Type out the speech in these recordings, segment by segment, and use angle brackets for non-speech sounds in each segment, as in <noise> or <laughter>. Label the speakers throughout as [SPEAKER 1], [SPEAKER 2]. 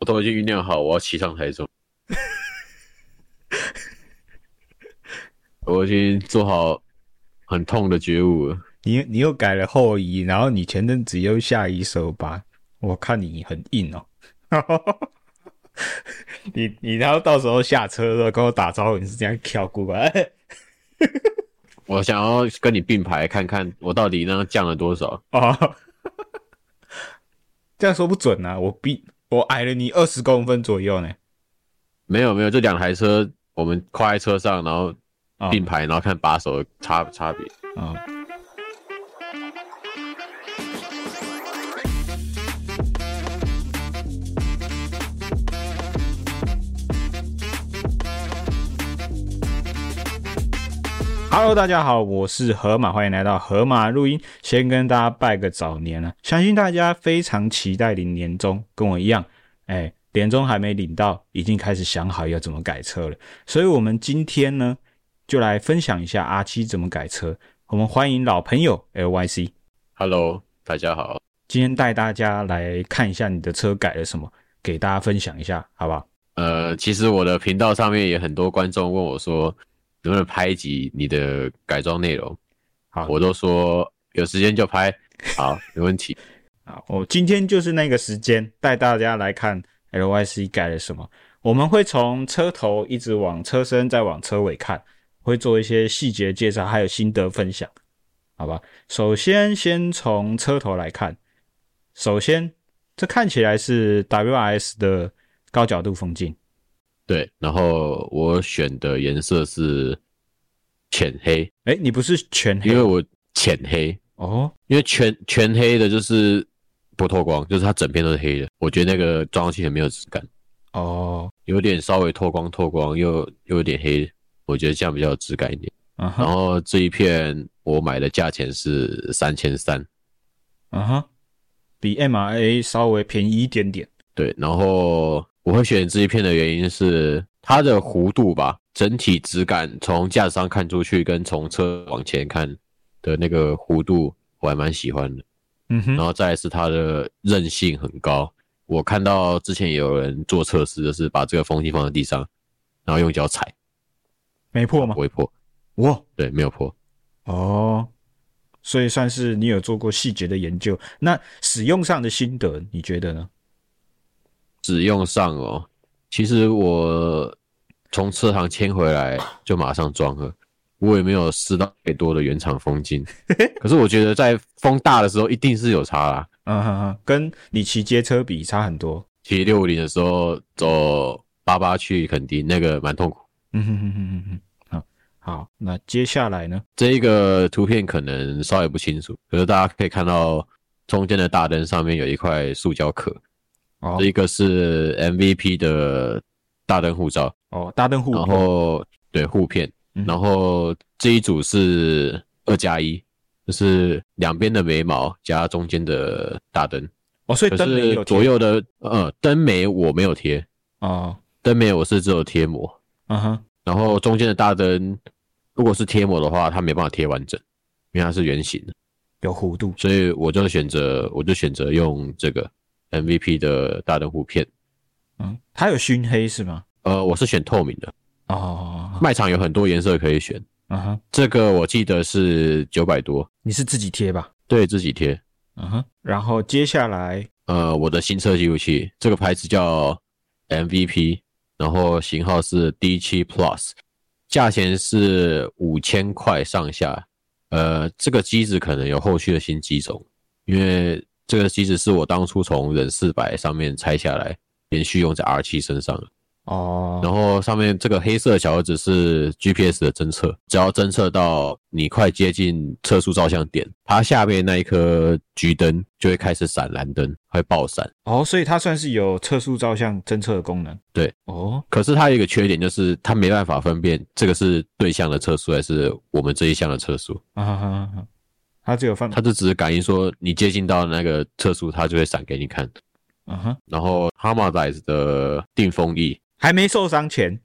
[SPEAKER 1] 都已经酝酿好，我要骑上台中。 <laughs> 我已经做好很痛的觉悟了。
[SPEAKER 2] 你你又改了后移，然后你前阵子又下移手把，我看你很硬哦。 <laughs> 你你然后到时候下车的时候跟我打招呼，你是这样跳过来？ <laughs>
[SPEAKER 1] 我想要跟你并排，看看我到底那降了多少。
[SPEAKER 2] 哦，这样说不准啊！我比我矮了你二十公分左右呢。
[SPEAKER 1] 没有没有，这两台车我们跨在车上，然后
[SPEAKER 2] 哦
[SPEAKER 1] 并排，然后看把手的差差别。
[SPEAKER 2] 哦，Hello，大家好，我是河马，欢迎来到河马录音。先跟大家拜个早年了、相信大家非常期待领年终，跟我一样，哎，年终还没领到，已经开始想好要怎么改车了。所以，我们今天呢，就来分享一下阿七怎么改车。我们欢迎老朋友 LYC，
[SPEAKER 1] Hello，大家好。
[SPEAKER 2] 今天带大家来看一下你的车改了什么，给大家分享一下，好不好？
[SPEAKER 1] 呃，其实我的频道上面也很多观众问我说，能不能拍一集你的改装内容？
[SPEAKER 2] 好
[SPEAKER 1] 我都说有时间就拍。好，没问题。
[SPEAKER 2] 啊，我今天就是那个时间带大家来看 LYC 改了什么。我们会从车头一直往车身，再往车尾看，会做一些细节介绍，还有心得分享，好吧？首先，先从车头来看，首先这看起来是 WRS 的高角度风镜，
[SPEAKER 1] 对，然后我选的颜色是浅黑，
[SPEAKER 2] 哎，你不是全
[SPEAKER 1] 因
[SPEAKER 2] 黑
[SPEAKER 1] 为我浅黑，
[SPEAKER 2] 哦？
[SPEAKER 1] 因为全全黑的就是不透光，就是它整片都是黑的。我觉得那个装漆很没有质感，
[SPEAKER 2] 哦，
[SPEAKER 1] 有点稍微透光透光，又又有点黑，我觉得这样比较有质感一点。
[SPEAKER 2] 嗯
[SPEAKER 1] 然
[SPEAKER 2] 哼，
[SPEAKER 1] 后这一片我买的价钱是三千三，
[SPEAKER 2] 嗯哼，比 MRA 稍微便宜一点点。
[SPEAKER 1] 对，然后我会选这一片的原因是它的弧度吧，整体质感从架子上看出去，跟从车往前看的那个弧度，我还蛮喜欢的。
[SPEAKER 2] 嗯
[SPEAKER 1] 然
[SPEAKER 2] 哼，
[SPEAKER 1] 后再来是它的韧性很高，我看到之前有人做测试，就是把这个风机放在地上，然后用脚踩，
[SPEAKER 2] 没破吗
[SPEAKER 1] 不？会破，
[SPEAKER 2] 哇，
[SPEAKER 1] 对，没有破。
[SPEAKER 2] 哦，所以算是你有做过细节的研究。那使用上的心得，你觉得呢？
[SPEAKER 1] 使用上哦，其实我从车行签回来就马上装了，我也没有试到太多的原厂风镜，可是我觉得在风大的时候一定是有差啦。
[SPEAKER 2] 嗯哼哼，跟你骑街车比差很多。
[SPEAKER 1] 骑六五零的时候走八八去垦丁，那个蛮痛苦。
[SPEAKER 2] 嗯哼哼哼哼哼，好，好，那接下来呢？
[SPEAKER 1] 这一个图片可能稍微不清楚，可是大家可以看到中间的大灯上面有一块塑胶壳，
[SPEAKER 2] 哦
[SPEAKER 1] 这一个是 MVP 的大灯护罩，
[SPEAKER 2] 哦，大灯护
[SPEAKER 1] 然
[SPEAKER 2] 屏
[SPEAKER 1] 后对互片，
[SPEAKER 2] 嗯
[SPEAKER 1] 然后这一组是二加一，就是两边的眉毛加中间的大灯，
[SPEAKER 2] 哦，所以
[SPEAKER 1] 可
[SPEAKER 2] 灯没有
[SPEAKER 1] 是左
[SPEAKER 2] 贴
[SPEAKER 1] 右的呃灯眉我没有贴，
[SPEAKER 2] 哦，
[SPEAKER 1] 灯眉我是只有贴膜，
[SPEAKER 2] 嗯哼，
[SPEAKER 1] 然后中间的大灯如果是贴膜的话，它没办法贴完整，因为它是圆形的，
[SPEAKER 2] 有弧度。
[SPEAKER 1] 所以我就选择我就选择用这个 MVP 的大灯护片，
[SPEAKER 2] 嗯，它有熏黑是吗？
[SPEAKER 1] 呃，我是选透明的，
[SPEAKER 2] 哦，
[SPEAKER 1] 卖场有很多颜色可以选，
[SPEAKER 2] 嗯哼，
[SPEAKER 1] 这个我记得是九百多，
[SPEAKER 2] 你是自己贴吧？
[SPEAKER 1] 对自己贴。
[SPEAKER 2] 嗯哼，然后接下来，
[SPEAKER 1] 呃，我的新车记录器，这个牌子叫 MVP，然后型号是 D 七 Plus，价钱是五千块上下。呃，这个机子可能有后续的新机种，因为这个机子是我当初从忍四百上面拆下来，连续用在 R 七身上的。
[SPEAKER 2] 哦，
[SPEAKER 1] 然后上面这个黑色的小盒子是 GPS 的侦测，只要侦测到你快接近测速照相点，它下面那一颗橘灯就会开始闪蓝灯，会爆闪。
[SPEAKER 2] 哦，所以它算是有测速照相侦测的功能。
[SPEAKER 1] 对，
[SPEAKER 2] 哦，
[SPEAKER 1] 可是它有一个缺点，就是它没办法分辨这个是对象的车速还是我们这一项的车速，
[SPEAKER 2] 啊哈哈哈，它只有放，
[SPEAKER 1] 它就只是感应说你接近到那个车速，它就会闪给你看。
[SPEAKER 2] 嗯哼，
[SPEAKER 1] 然后 h a m a d a 的定风翼
[SPEAKER 2] 还没受伤前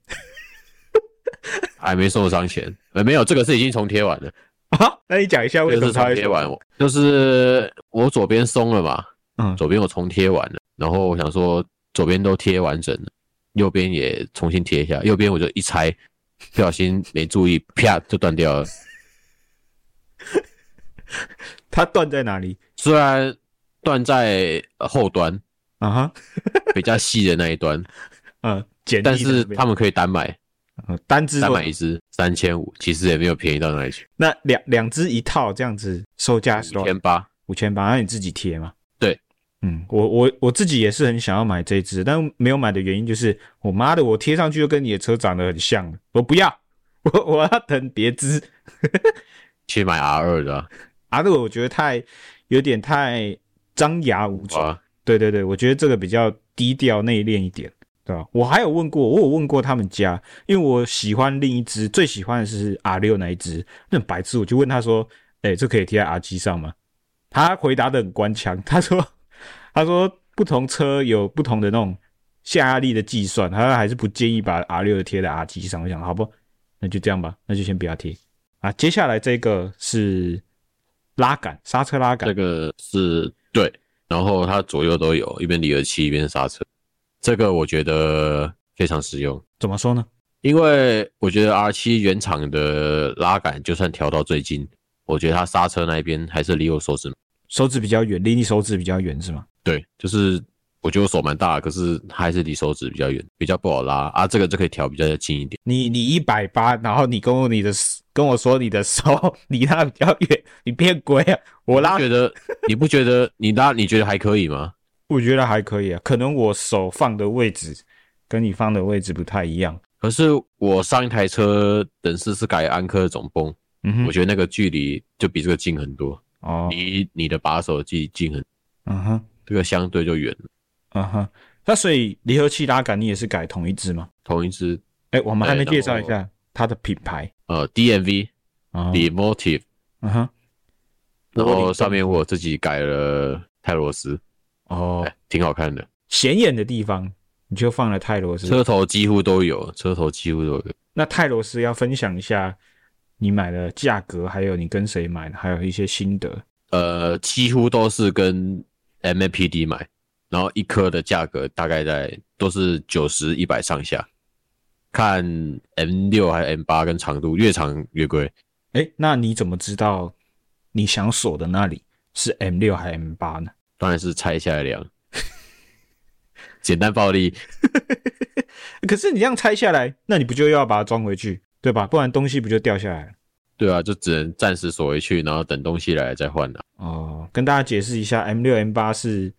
[SPEAKER 1] 还没受伤前，呃，没有，这个是已经重贴完了，
[SPEAKER 2] 啊，那你讲一下为
[SPEAKER 1] 这
[SPEAKER 2] 什
[SPEAKER 1] 个
[SPEAKER 2] 么
[SPEAKER 1] 是
[SPEAKER 2] 它
[SPEAKER 1] 重
[SPEAKER 2] 会
[SPEAKER 1] 贴完，我就是我左边松了嘛，
[SPEAKER 2] 嗯
[SPEAKER 1] 左边我重贴完了，然后我想说左边都贴完整了，右边也重新贴一下，右边我就一拆，不小心没注意，啪就断掉了。
[SPEAKER 2] 它断在哪里？
[SPEAKER 1] 虽然断在呃后端
[SPEAKER 2] 啊哈，
[SPEAKER 1] 比较细的那一
[SPEAKER 2] <laughs>
[SPEAKER 1] 端，
[SPEAKER 2] 嗯，简历
[SPEAKER 1] 但是
[SPEAKER 2] 那边
[SPEAKER 1] 他们可以单买，
[SPEAKER 2] 嗯单只
[SPEAKER 1] 单
[SPEAKER 2] 做
[SPEAKER 1] 买一只三千五，其实也没有便宜到哪里去，
[SPEAKER 2] 那两两只一套这样子，售价是
[SPEAKER 1] 五
[SPEAKER 2] 多少
[SPEAKER 1] 千？八。
[SPEAKER 2] 五千八，那你自己贴嘛？
[SPEAKER 1] 对，
[SPEAKER 2] 嗯，我我我自己也是很想要买这一只，但没有买的原因就是，我妈的，我贴上去就跟你的车长得很像了，我不要，我我要等别只。
[SPEAKER 1] 去买 R 二的啊、
[SPEAKER 2] 啊，这个我觉得太有点太张牙舞爪。
[SPEAKER 1] 哇，
[SPEAKER 2] 对对对，我觉得这个比较低调内敛一点，对吧？我还有问过，我有问过他们家，因为我喜欢另一只，最喜欢的是 R 六那一只，那很白痴，我就问他说：“哎、这可以贴在 R 七上吗？”他回答的很官腔， <laughs> 他说：“他说不同车有不同的那种下压力的计算，他还是不建议把 R 六的贴在 R 七上。”我想，好不，那就这样吧，那就先不要贴啊。接下来这个是拉杆，刹车拉杆
[SPEAKER 1] 这，个是对，然后它左右都有，一边离合器，一边刹车，这个我觉得非常实用，
[SPEAKER 2] 怎么说呢？
[SPEAKER 1] 因为我觉得 R 七原厂的拉杆就算调到最近，我觉得它刹车那一边还是离我手指，
[SPEAKER 2] 手指比较远，离你手指比较远是吗？
[SPEAKER 1] 对，就是我觉得我手蛮大的，可是它还是离手指比较远，比较不好拉啊，这个就可以调比较近一点，
[SPEAKER 2] 你你一百八，然后你跟我你的跟我说你的手离他比较远，你变鬼啊！我拉
[SPEAKER 1] 你不觉
[SPEAKER 2] <laughs>
[SPEAKER 1] 得你不觉得你拉你觉得还可以吗？
[SPEAKER 2] 我觉得还可以啊，可能我手放的位置跟你放的位置不太一样。
[SPEAKER 1] 可是我上一台车等式是改安科总泵，
[SPEAKER 2] 嗯
[SPEAKER 1] 我
[SPEAKER 2] 哼，
[SPEAKER 1] 觉得那个距离就比这个近很多，
[SPEAKER 2] 哦，
[SPEAKER 1] 离你的把手距近很，
[SPEAKER 2] 嗯哼，
[SPEAKER 1] 这个相对就远了。
[SPEAKER 2] 嗯哼。那所以离合器拉杆你也是改同一支吗？
[SPEAKER 1] 同一只
[SPEAKER 2] 哎、我们还没
[SPEAKER 1] 对
[SPEAKER 2] 介绍一下它的品牌
[SPEAKER 1] 呃 DMV 呃
[SPEAKER 2] 啊。哦
[SPEAKER 1] Demotive，
[SPEAKER 2] 嗯哼，
[SPEAKER 1] 然
[SPEAKER 2] 玻璃
[SPEAKER 1] 后
[SPEAKER 2] 灯
[SPEAKER 1] 上面我自己改了泰罗斯，
[SPEAKER 2] 哦，
[SPEAKER 1] 哎挺好看的，
[SPEAKER 2] 显眼的地方你就放了泰罗斯。
[SPEAKER 1] 车头几乎都有，车头几乎都有。
[SPEAKER 2] 那泰罗斯要分享一下你买的价格，还有你跟谁买的，还有一些心得。
[SPEAKER 1] 呃，几乎都是跟 MAPD 买，然后一颗的价格大概在都是九十一百上下，看 M 六还是 M 八跟长度，越长越贵。
[SPEAKER 2] 哎，那你怎么知道你想锁的那里是 M 六还是 M 八呢？
[SPEAKER 1] 当然是拆下来量， <laughs> 简单暴力。
[SPEAKER 2] 可是你这样拆下来，那你不就又要把它装回去，对吧？不然东西不就掉下来了？
[SPEAKER 1] 对啊，就只能暂时锁回去，然后等东西来了再换了、啊
[SPEAKER 2] 哦，跟大家解释一下，M 六 M 八是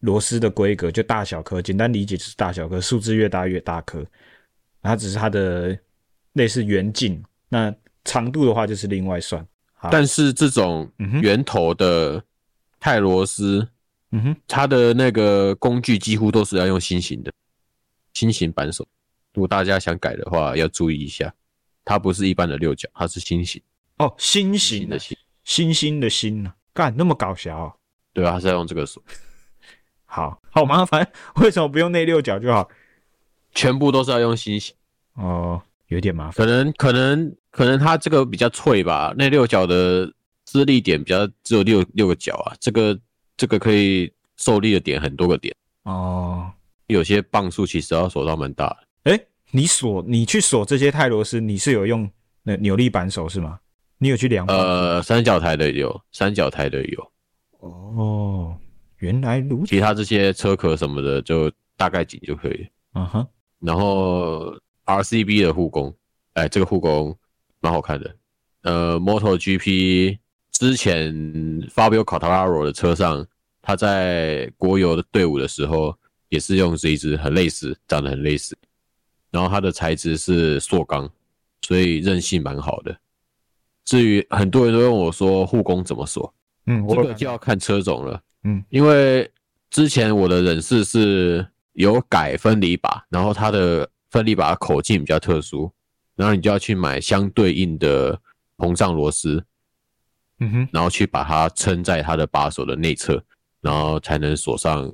[SPEAKER 2] 螺丝的规格，就大小颗，简单理解就是大小颗，数字越大越大颗。然后只是它的类似圆径，那长度的话就是另外算。好
[SPEAKER 1] 但是这种
[SPEAKER 2] 啊嗯哼
[SPEAKER 1] 圆头的泰罗斯，
[SPEAKER 2] 嗯哼。
[SPEAKER 1] 它的那个工具几乎都是要用新型的，新型扳手。如果大家想改的话，要注意一下，它不是一般的六角，它是新型
[SPEAKER 2] 哦，星星
[SPEAKER 1] 新
[SPEAKER 2] 的
[SPEAKER 1] 的新，
[SPEAKER 2] 星星的星呢、干那么搞笑、哦。
[SPEAKER 1] 对啊，它是要用这个锁，
[SPEAKER 2] 好好麻烦，为什么不用内六角就好？
[SPEAKER 1] 全部都是要用新型。
[SPEAKER 2] 哦，有点麻烦。
[SPEAKER 1] 可能可能可能它这个比较脆吧，那六角的施力点比较只有六六个角啊，这个这个可以受力的点很多个点，
[SPEAKER 2] 哦，
[SPEAKER 1] 有些磅数其实要手到蛮大的，
[SPEAKER 2] 哎，你锁你去锁这些泰罗斯，你是有用那扭力扳手是吗？你有去量吗？
[SPEAKER 1] 呃，三角台的也有，三角台的也有，
[SPEAKER 2] 哦，原来如此。
[SPEAKER 1] 其他这些车壳什么的就大概紧就可以了。
[SPEAKER 2] 嗯哼，
[SPEAKER 1] 然后 RCB 的护工，哎，这个护工蛮好看的。呃，MotoGP 之前 Fabio Quartararo 的车上，他在国油的队伍的时候，也是用这一支，很类似，长得很类似。然后它的材质是塑钢，所以韧性蛮好的。至于很多人都问我说护工怎么锁，
[SPEAKER 2] 嗯，我
[SPEAKER 1] 这个就要看车种了。
[SPEAKER 2] 嗯，
[SPEAKER 1] 因为之前我的忍式是有改分离把，然后它的分离把口径比较特殊，然后你就要去买相对应的膨胀螺丝，
[SPEAKER 2] 嗯哼，
[SPEAKER 1] 然后去把它撑在它的把手的内侧，然后才能锁上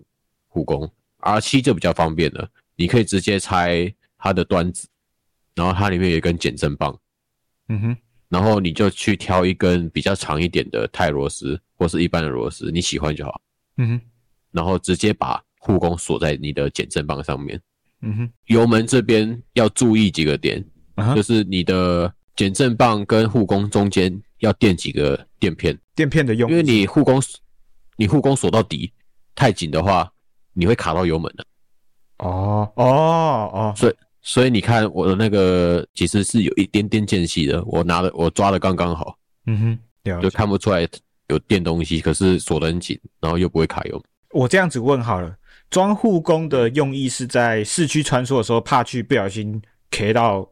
[SPEAKER 1] 护弓。R 七就比较方便了，你可以直接拆它的端子，然后它里面有一根减震棒，
[SPEAKER 2] 嗯哼，
[SPEAKER 1] 然后你就去挑一根比较长一点的钛螺丝或是一般的螺丝，你喜欢就好。
[SPEAKER 2] 嗯哼，
[SPEAKER 1] 然后直接把护工锁在你的减震棒上面。
[SPEAKER 2] 嗯哼，
[SPEAKER 1] 油门这边要注意几个点，
[SPEAKER 2] 啊哈
[SPEAKER 1] 就是你的减震棒跟护工中间要垫几个垫片，
[SPEAKER 2] 垫片的用
[SPEAKER 1] 因
[SPEAKER 2] 途，
[SPEAKER 1] 为你护工你护工锁到底太紧的话，你会卡到油门的。
[SPEAKER 2] 哦哦哦，
[SPEAKER 1] 所以所以你看我的那个其实是有一点点间隙的，我拿的我抓的刚刚好，
[SPEAKER 2] 嗯哼，了
[SPEAKER 1] 就
[SPEAKER 2] 解。
[SPEAKER 1] 看不出来有垫东西，可是锁得很紧，然后又不会卡油门。
[SPEAKER 2] 我这样子问好了，装护工的用意是在市区穿梭的时候，怕去不小心 K 到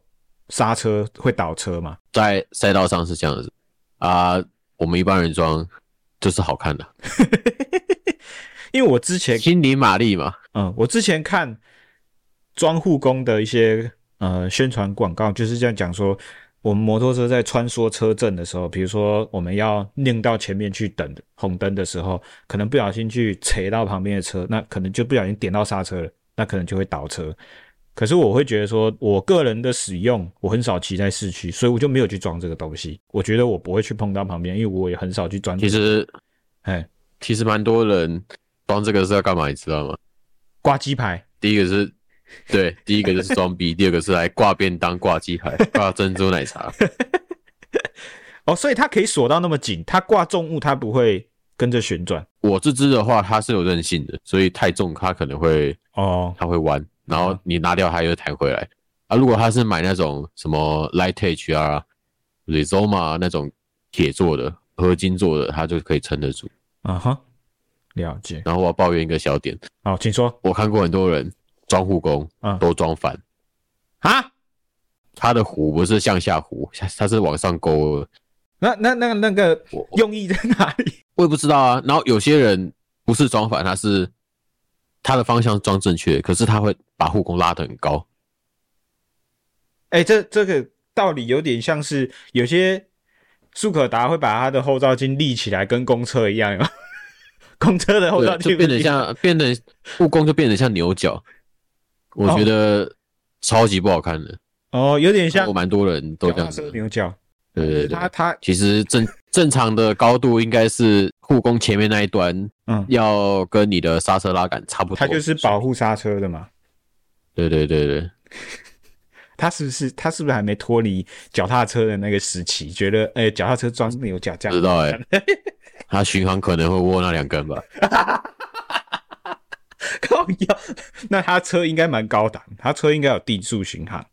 [SPEAKER 2] 刹车会倒车嘛？
[SPEAKER 1] 在赛道上是这样子啊、我们一般人装就是好看的，
[SPEAKER 2] 因为我之前
[SPEAKER 1] 心灵马力嘛，
[SPEAKER 2] 嗯，我之前看装护工的一些呃宣传广告，就是这样讲说，我们摩托车在穿梭车阵的时候，比如说我们要拧到前面去等红灯的时候，可能不小心去扯到旁边的车，那可能就不小心点到刹车了，那可能就会倒车。可是我会觉得说，我个人的使用，我很少骑在市区，所以我就没有去装这个东西。我觉得我不会去碰到旁边，因为我也很少去装。
[SPEAKER 1] 其实
[SPEAKER 2] 哎，
[SPEAKER 1] 其实蛮多人装这个是要干嘛，你知道吗？
[SPEAKER 2] 挂鸡排，
[SPEAKER 1] 第一个是，对，第一个就是装逼， <laughs> 第二个是来挂便当、挂鸡排、 <laughs> 挂珍珠奶茶。
[SPEAKER 2] 哦，所以它可以锁到那么紧，它挂重物它不会跟着旋转。
[SPEAKER 1] 我这只的话，它是有韧性的，所以太重它可能会
[SPEAKER 2] 哦，
[SPEAKER 1] 它会弯，然后你拿掉它又弹回来。啊，如果它是买那种什么 Light HR 啊、Rizoma 啊那种铁做的、合金做的，它就可以撑得住。
[SPEAKER 2] 啊哈，了解。
[SPEAKER 1] 然后我要抱怨一个小点，
[SPEAKER 2] 好，请说。
[SPEAKER 1] 我看过很多人装护工
[SPEAKER 2] 嗯
[SPEAKER 1] 都装反，
[SPEAKER 2] 啊，
[SPEAKER 1] 它的弧不是向下 <laughs> 弧，它是往上勾的。
[SPEAKER 2] 那那那那个
[SPEAKER 1] 我
[SPEAKER 2] 用意在哪里？ <laughs>
[SPEAKER 1] 我也不知道啊。然后有些人不是装反，他是他的方向装正确，可是他会把护工拉得很高。
[SPEAKER 2] 哎、这这个道理有点像是有些速可达会把它的后照镜立起来，跟公车一样，有没有 <laughs> 公车的后照
[SPEAKER 1] 对，
[SPEAKER 2] 镜
[SPEAKER 1] 就变
[SPEAKER 2] 会
[SPEAKER 1] 得
[SPEAKER 2] 立
[SPEAKER 1] 像变得护工就变得像牛角，我觉得超级不好看的。
[SPEAKER 2] 哦，有点
[SPEAKER 1] 看
[SPEAKER 2] 哦像
[SPEAKER 1] 过蛮多人都这
[SPEAKER 2] 脚
[SPEAKER 1] 样
[SPEAKER 2] 踏
[SPEAKER 1] 子
[SPEAKER 2] 车
[SPEAKER 1] 的，
[SPEAKER 2] 牛角。
[SPEAKER 1] 对对
[SPEAKER 2] 它
[SPEAKER 1] 对。
[SPEAKER 2] 它
[SPEAKER 1] 其实正正常的高度应该是护工前面那一端
[SPEAKER 2] 嗯，
[SPEAKER 1] 要跟你的刹车拉杆差不多。
[SPEAKER 2] 它就是保护刹车的嘛。
[SPEAKER 1] 对对对对，
[SPEAKER 2] 他是不是他是不是还没脱离脚踏车的那个时期？觉得哎，脚、踏车装牛角这
[SPEAKER 1] 不知
[SPEAKER 2] 样，
[SPEAKER 1] 道哎、
[SPEAKER 2] <laughs>
[SPEAKER 1] 他巡航可能会握那两根吧。
[SPEAKER 2] <laughs> 靠腰。那他车应该蛮高档，他车应该有定速巡航，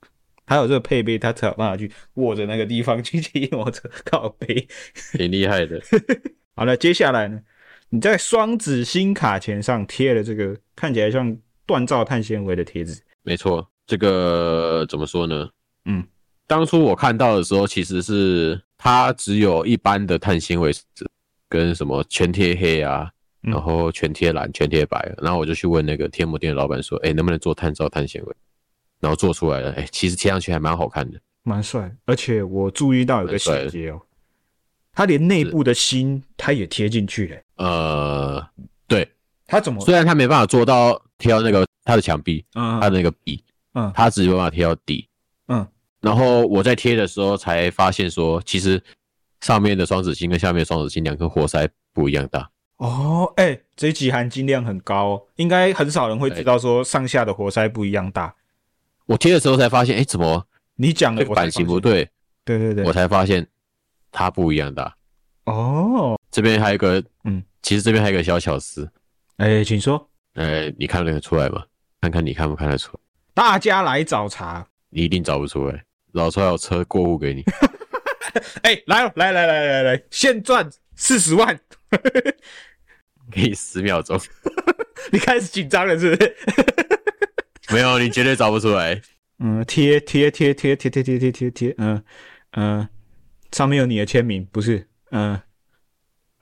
[SPEAKER 2] 还有这个配备，他才有办法去握着那个地方去骑摩托车靠背。
[SPEAKER 1] 挺厉害的。
[SPEAKER 2] 好了，接下来呢，你在双子星卡钳上贴了这个看起来像锻造碳纤维的贴纸。
[SPEAKER 1] 没错，这个怎么说呢？
[SPEAKER 2] 嗯，
[SPEAKER 1] 当初我看到的时候，其实是它只有一般的碳纤维纸，跟什么全贴黑啊，
[SPEAKER 2] 嗯
[SPEAKER 1] 然后全贴蓝、全贴白。然后我就去问那个贴膜店的老板说：“哎、能不能做碳造碳纤维？”然后做出来了，哎、其实贴上去还蛮好看的。
[SPEAKER 2] 蛮帅，而且我注意到有个
[SPEAKER 1] 蛮帅的
[SPEAKER 2] 细节哦，他连内部的芯他也贴进去了，
[SPEAKER 1] 呃，对，
[SPEAKER 2] 他怎么？
[SPEAKER 1] 虽然它没办法做到贴到那个它的墙壁，
[SPEAKER 2] 嗯
[SPEAKER 1] 它的那个壁，
[SPEAKER 2] 嗯
[SPEAKER 1] 它只有办法贴到底，
[SPEAKER 2] 嗯，
[SPEAKER 1] 然后我在贴的时候才发现说，其实上面的双子星跟下面的双子星两颗活塞不一样大。
[SPEAKER 2] 哦，哎、这一集含金量很高、哦，应该很少人会知道说上下的活塞不一样大。
[SPEAKER 1] 我贴的时候才发现，哎，怎么
[SPEAKER 2] 你讲
[SPEAKER 1] 这
[SPEAKER 2] 的
[SPEAKER 1] 个
[SPEAKER 2] 嗯我才
[SPEAKER 1] 版型不
[SPEAKER 2] 放心，
[SPEAKER 1] 对？
[SPEAKER 2] 对对
[SPEAKER 1] 我
[SPEAKER 2] 对，
[SPEAKER 1] 才发现它不一样大。
[SPEAKER 2] 哦，
[SPEAKER 1] 这边还有一个，
[SPEAKER 2] 嗯，
[SPEAKER 1] 其实这边还有一个小巧思，
[SPEAKER 2] 哎、请说，
[SPEAKER 1] 呃，你看得出来吗？看看你看不看得出来？
[SPEAKER 2] 大家来找茬，
[SPEAKER 1] 你一定找不出来，找出来我车过户
[SPEAKER 2] <laughs>
[SPEAKER 1] 给你。
[SPEAKER 2] 哎、来哦来来来来来，现赚四十万，
[SPEAKER 1] 给你十秒钟，
[SPEAKER 2] 你开始紧张了是不是？
[SPEAKER 1] 没有，你绝对找不出来。
[SPEAKER 2] 嗯，贴贴贴贴贴贴贴贴贴贴，嗯嗯、呃上面有你的签名，不是？嗯、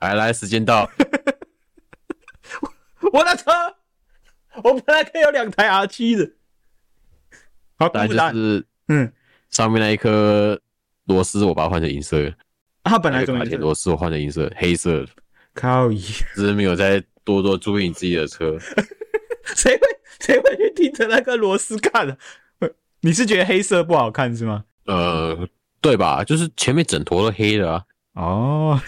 [SPEAKER 1] 来来，时间
[SPEAKER 2] <laughs>
[SPEAKER 1] 到，
[SPEAKER 2] 我的车，我本来可以有两台 R 七的，好，
[SPEAKER 1] 当
[SPEAKER 2] 不
[SPEAKER 1] 然
[SPEAKER 2] 然，
[SPEAKER 1] 就是
[SPEAKER 2] 嗯，
[SPEAKER 1] 上面那一颗螺丝，我把它换成银色的。
[SPEAKER 2] 啊他本来
[SPEAKER 1] 那
[SPEAKER 2] 怎
[SPEAKER 1] 个
[SPEAKER 2] 么
[SPEAKER 1] 卡钳螺丝我换成银色、黑色的，
[SPEAKER 2] 靠一。
[SPEAKER 1] 只是没有再多多注意你自己的车。
[SPEAKER 2] 谁会谁会去盯着那个螺丝看啊？呃你是觉得黑色不好看是吗？
[SPEAKER 1] 呃，对吧？就是前面整坨都黑的啊，
[SPEAKER 2] <laughs> 哦，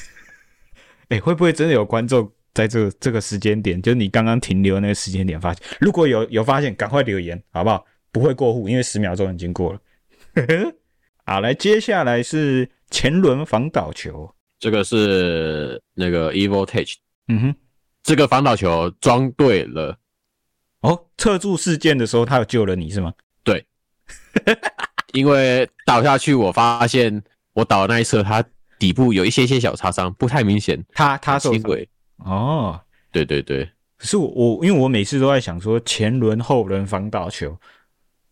[SPEAKER 2] 哎、会不会真的有观众在这个这个时间点，就是你刚刚停留的那个时间点发现，如果有有发现，赶快留言好不好？不会过户，因为十秒钟已经过了。 <laughs> 好，来，接下来是前轮防倒球。
[SPEAKER 1] 这个是那个 Evil Touch，
[SPEAKER 2] 嗯哼，
[SPEAKER 1] 这个反导球装对了，
[SPEAKER 2] 哦，侧柱事件的时候，他有救了你是吗？
[SPEAKER 1] 因为倒下去，我发现我倒的那一侧它底部有一些些小擦伤，不太明显。
[SPEAKER 2] 他他受
[SPEAKER 1] 轻
[SPEAKER 2] 伤
[SPEAKER 1] 轨，
[SPEAKER 2] 哦，
[SPEAKER 1] 对对对，
[SPEAKER 2] 可是我我因为我每次都在想说前轮后轮防倒球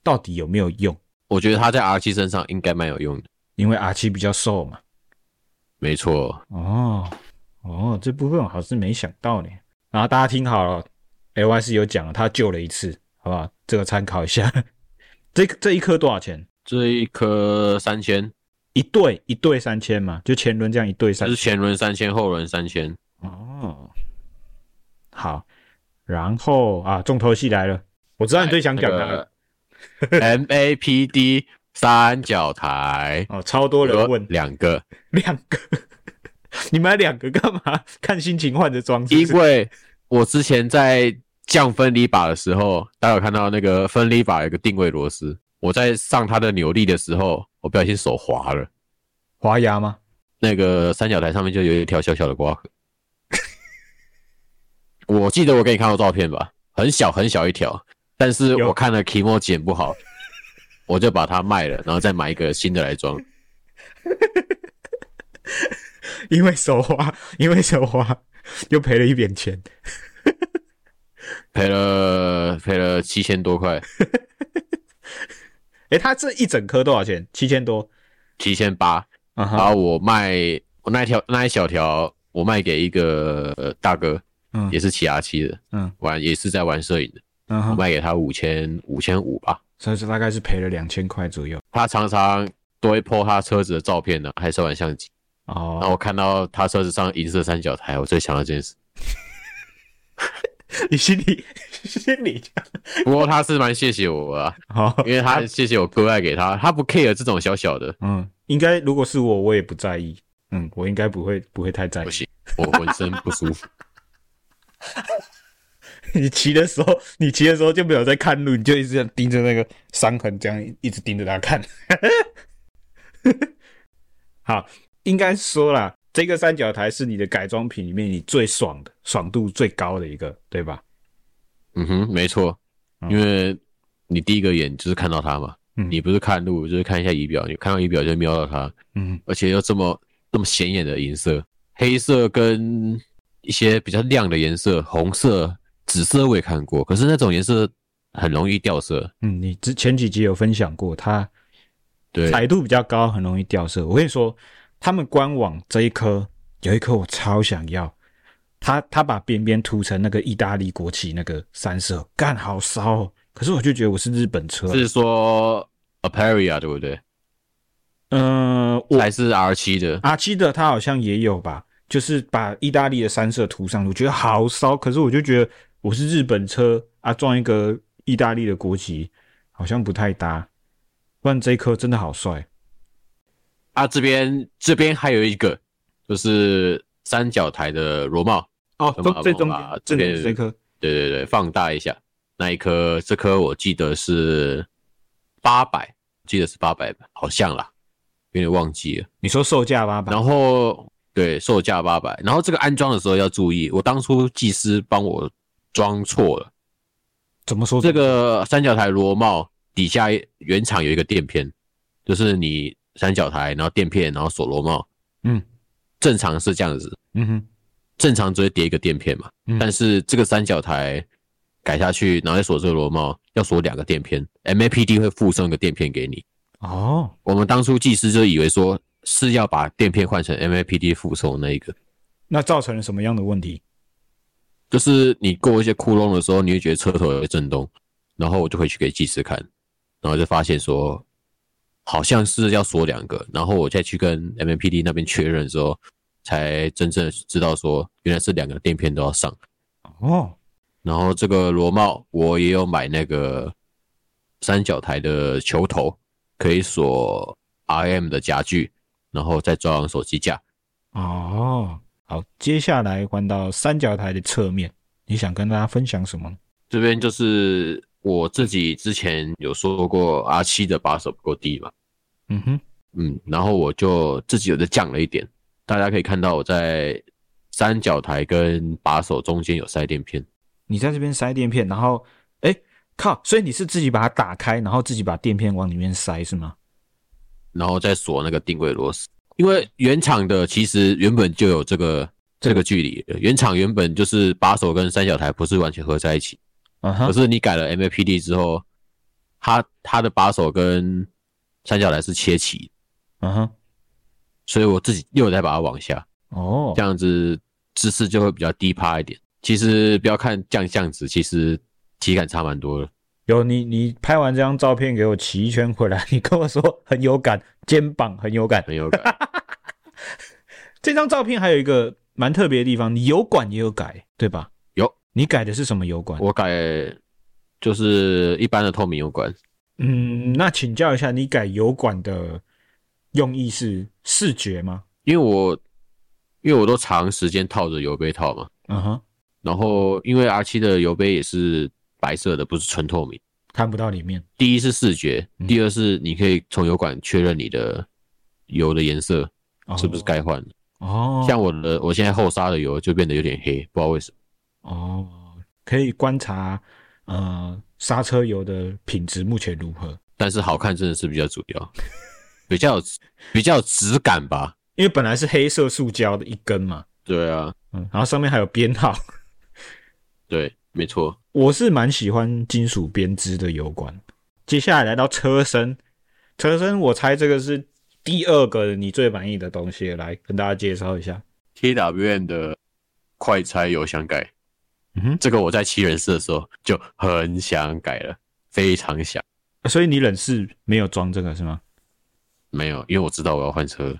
[SPEAKER 2] 到底有没有用？
[SPEAKER 1] 我觉得它在 R 七身上应该蛮有用的，
[SPEAKER 2] 因为 R 七比较瘦嘛。
[SPEAKER 1] 没错。
[SPEAKER 2] 哦哦，这部分我还是没想到呢。然后大家听好了，L Y 是有讲了，他救了一次，好不好？这个参考一下。 <laughs> 这这一颗多少钱？
[SPEAKER 1] 这一颗三千，
[SPEAKER 2] 一对一对三千嘛，就前轮这样一对
[SPEAKER 1] 它
[SPEAKER 2] 三
[SPEAKER 1] 是前轮三千，后轮三千。
[SPEAKER 2] 哦，好。然后啊，重头戏来了，我知道你最想讲他
[SPEAKER 1] 哎
[SPEAKER 2] 了。
[SPEAKER 1] MAPD
[SPEAKER 2] <laughs>
[SPEAKER 1] 三角台，
[SPEAKER 2] 哦，超多人问，
[SPEAKER 1] 两个，
[SPEAKER 2] <laughs> 两个，你买两个干嘛？看心情换着装是不
[SPEAKER 1] 因
[SPEAKER 2] 是，
[SPEAKER 1] 为我之前在降分离把的时候，大家有看到那个分离把有个定位螺丝，我在上它的扭力的时候，我不小心手滑了，
[SPEAKER 2] 滑牙吗？
[SPEAKER 1] 那个三角台上面就有一条小小的刮痕。我记得我给你看过照片吧，很小很小一条，但是
[SPEAKER 2] 有
[SPEAKER 1] 我看了 Kimo 剪不好，我就把它卖了，然后再买一个新的来装。
[SPEAKER 2] 因为手滑， <laughs> 因为手滑，又赔了一点钱。
[SPEAKER 1] 赔了赔了七千多块，
[SPEAKER 2] 诶，他这一整颗多少钱？七千多。
[SPEAKER 1] 七千八，然，
[SPEAKER 2] 啊
[SPEAKER 1] 后我卖我那一条那一小条，我卖给一个呃大哥，
[SPEAKER 2] 嗯
[SPEAKER 1] 也是骑 R 七的，
[SPEAKER 2] 嗯
[SPEAKER 1] 玩也是在玩摄影的，
[SPEAKER 2] 嗯
[SPEAKER 1] 我
[SPEAKER 2] 哼，
[SPEAKER 1] 卖给他五千五千五吧。
[SPEAKER 2] 所以说大概是赔了两千块左右。
[SPEAKER 1] 他常常都会 po 他车子的照片呢、还收玩相机。然后
[SPEAKER 2] 哦，
[SPEAKER 1] 我看到他车子上银色三角台，我就想到这件事。
[SPEAKER 2] 你心里 <laughs> 心里
[SPEAKER 1] 不过他是蛮谢谢我啊，
[SPEAKER 2] 好，
[SPEAKER 1] 因为他谢谢我割爱给他，他不 care 这种小小的，
[SPEAKER 2] 嗯，应该如果是我，我也不在意。嗯，我应该不会不会太在意
[SPEAKER 1] 不。行，我浑身不舒服。
[SPEAKER 2] <laughs> 你骑的时候，你骑的时候就没有在看路，你就一直这样盯着那个伤痕，这样一直盯着它看。 <laughs> 好，应该说啦，这个三角台是你的改装品里面你最爽的，爽度最高的一个，对吧？
[SPEAKER 1] 嗯哼，没错，
[SPEAKER 2] 嗯
[SPEAKER 1] 因为你第一个眼就是看到他嘛，
[SPEAKER 2] 嗯
[SPEAKER 1] 你不是看路就是看一下仪表，你看到仪表就瞄到他，
[SPEAKER 2] 嗯
[SPEAKER 1] 而且又这么这么显眼的银色、黑色跟一些比较亮的颜色，红色、紫色我也看过，可是那种颜色很容易掉色，
[SPEAKER 2] 嗯，你之前几集有分享过，它
[SPEAKER 1] 对，
[SPEAKER 2] 彩度比较高，很容易掉色。我跟你说，他们官网这一颗有一颗我超想要，他他把边边涂成那个意大利国旗那个三色，干好骚、哦。可是我就觉得我是日本车，
[SPEAKER 1] 是说 Aperia 对不对？
[SPEAKER 2] 嗯，我
[SPEAKER 1] 还是 R 七的？
[SPEAKER 2] 阿基的他好像也有吧，就是把意大利的三色涂上，我觉得好骚。可是我就觉得我是日本车啊，装一个意大利的国旗好像不太搭。不然这一颗真的好帅，
[SPEAKER 1] 啊，这边这边还有一个就是三角台的螺帽，
[SPEAKER 2] 哦
[SPEAKER 1] 怎么
[SPEAKER 2] 中最中
[SPEAKER 1] 了吧
[SPEAKER 2] 间正
[SPEAKER 1] 这个
[SPEAKER 2] 中这颗
[SPEAKER 1] 对对对，放大一下那一颗，这颗我记得是八百，记得是八百，好像啦，有点忘记了。
[SPEAKER 2] 你说售价八百，
[SPEAKER 1] 然后对，售价八百。然后这个安装的时候要注意，我当初技师帮我装错了，
[SPEAKER 2] 怎么说
[SPEAKER 1] 这个三角台螺帽底下原厂有一个垫片，就是你三角台，然后垫片，然后锁螺帽，
[SPEAKER 2] 嗯
[SPEAKER 1] 正常是这样子，
[SPEAKER 2] 嗯哼
[SPEAKER 1] 正常只会叠一个垫片嘛，
[SPEAKER 2] 嗯
[SPEAKER 1] 但是这个三角台改下去，然后再锁这个螺帽，要锁两个垫片，MAPD 会附送一个垫片给你。
[SPEAKER 2] 哦
[SPEAKER 1] 我们当初技师就以为说是要把垫片换成 MAPD 附送那一个，
[SPEAKER 2] 那造成了什么样的问题？
[SPEAKER 1] 就是你过一些窟窿的时候，你会觉得车头有震动，然后我就回去给技师看，然后就发现说好像是要锁两个，然后我再去跟 MAPD 那边确认之后，才真正知道说原来是两个垫片都要上。
[SPEAKER 2] 哦，
[SPEAKER 1] 然后这个螺帽我也有买那个三角台的球头，可以锁 RM 的夹具，然后再装手机架。
[SPEAKER 2] 哦，好，接下来换到三角台的侧面，你想跟大家分享什么呢？
[SPEAKER 1] 这边就是我自己之前有说过 R 七的把手不够低嘛，
[SPEAKER 2] 嗯哼，
[SPEAKER 1] 嗯，然后我就自己有的降了一点，大家可以看到我在三角台跟把手中间有塞垫片，
[SPEAKER 2] 你在这边塞垫片，然后，哎、靠，所以你是自己把它打开，然后自己把垫片往里面塞是吗？
[SPEAKER 1] 然后再锁那个定位螺丝，因为原厂的其实原本就有这个这个距离，原厂原本就是把手跟三角台不是完全合在一起。可
[SPEAKER 2] 嗯哼，
[SPEAKER 1] 是你改了 MAPD 之后，它它的把手跟三角台是切齐，
[SPEAKER 2] 嗯哼，
[SPEAKER 1] 所以我自己又再把它往下，
[SPEAKER 2] 哦
[SPEAKER 1] 这，样子姿势就会比较低趴一点。其实不要看降巷子，其实体感差蛮多的。
[SPEAKER 2] 有你你拍完这张照片给我骑一圈回来， <laughs> 你跟我说很有感，肩膀很有感。
[SPEAKER 1] 很有感。
[SPEAKER 2] 这张照片还有一个蛮特别的地方，你油管也有改，对吧？
[SPEAKER 1] 有，
[SPEAKER 2] 你改的是什么油管？
[SPEAKER 1] 我改就是一般的透明油管，
[SPEAKER 2] 嗯，那请教一下，你改油管的用意是视觉吗？
[SPEAKER 1] 因为我因为我都长时间套着油杯套嘛，
[SPEAKER 2] 嗯哼，
[SPEAKER 1] 然后因为 R 7的油杯也是白色的，不是纯透明。
[SPEAKER 2] 看不到里面。
[SPEAKER 1] 第一是视觉，
[SPEAKER 2] 嗯
[SPEAKER 1] 第二是你可以从油管确认你的油的颜色
[SPEAKER 2] 哦
[SPEAKER 1] 是不是该换。
[SPEAKER 2] 哦，
[SPEAKER 1] 像我的，我现在后刹的油就变得有点黑，不知道为什么。
[SPEAKER 2] 哦，可以观察呃刹车油的品质目前如何？
[SPEAKER 1] 但是好看真的是比较主要， <laughs> 比较有比较有质感吧。
[SPEAKER 2] 因为本来是黑色塑胶的一根嘛，
[SPEAKER 1] 对啊，
[SPEAKER 2] 嗯，然后上面还有编号。
[SPEAKER 1] 对，没错。
[SPEAKER 2] 我是蛮喜欢金属编织的油管。接下来来到车身，车身我猜这个是第二个你最满意的东西，来跟大家介绍一下。
[SPEAKER 1] TWN 的快拆油箱盖，
[SPEAKER 2] 嗯哼，
[SPEAKER 1] 这个我在七人式的时候就很想改了，非常想。
[SPEAKER 2] 所以你冷是没有装这个是吗？
[SPEAKER 1] 没有，因为我知道我要换车
[SPEAKER 2] <laughs>
[SPEAKER 1] 了。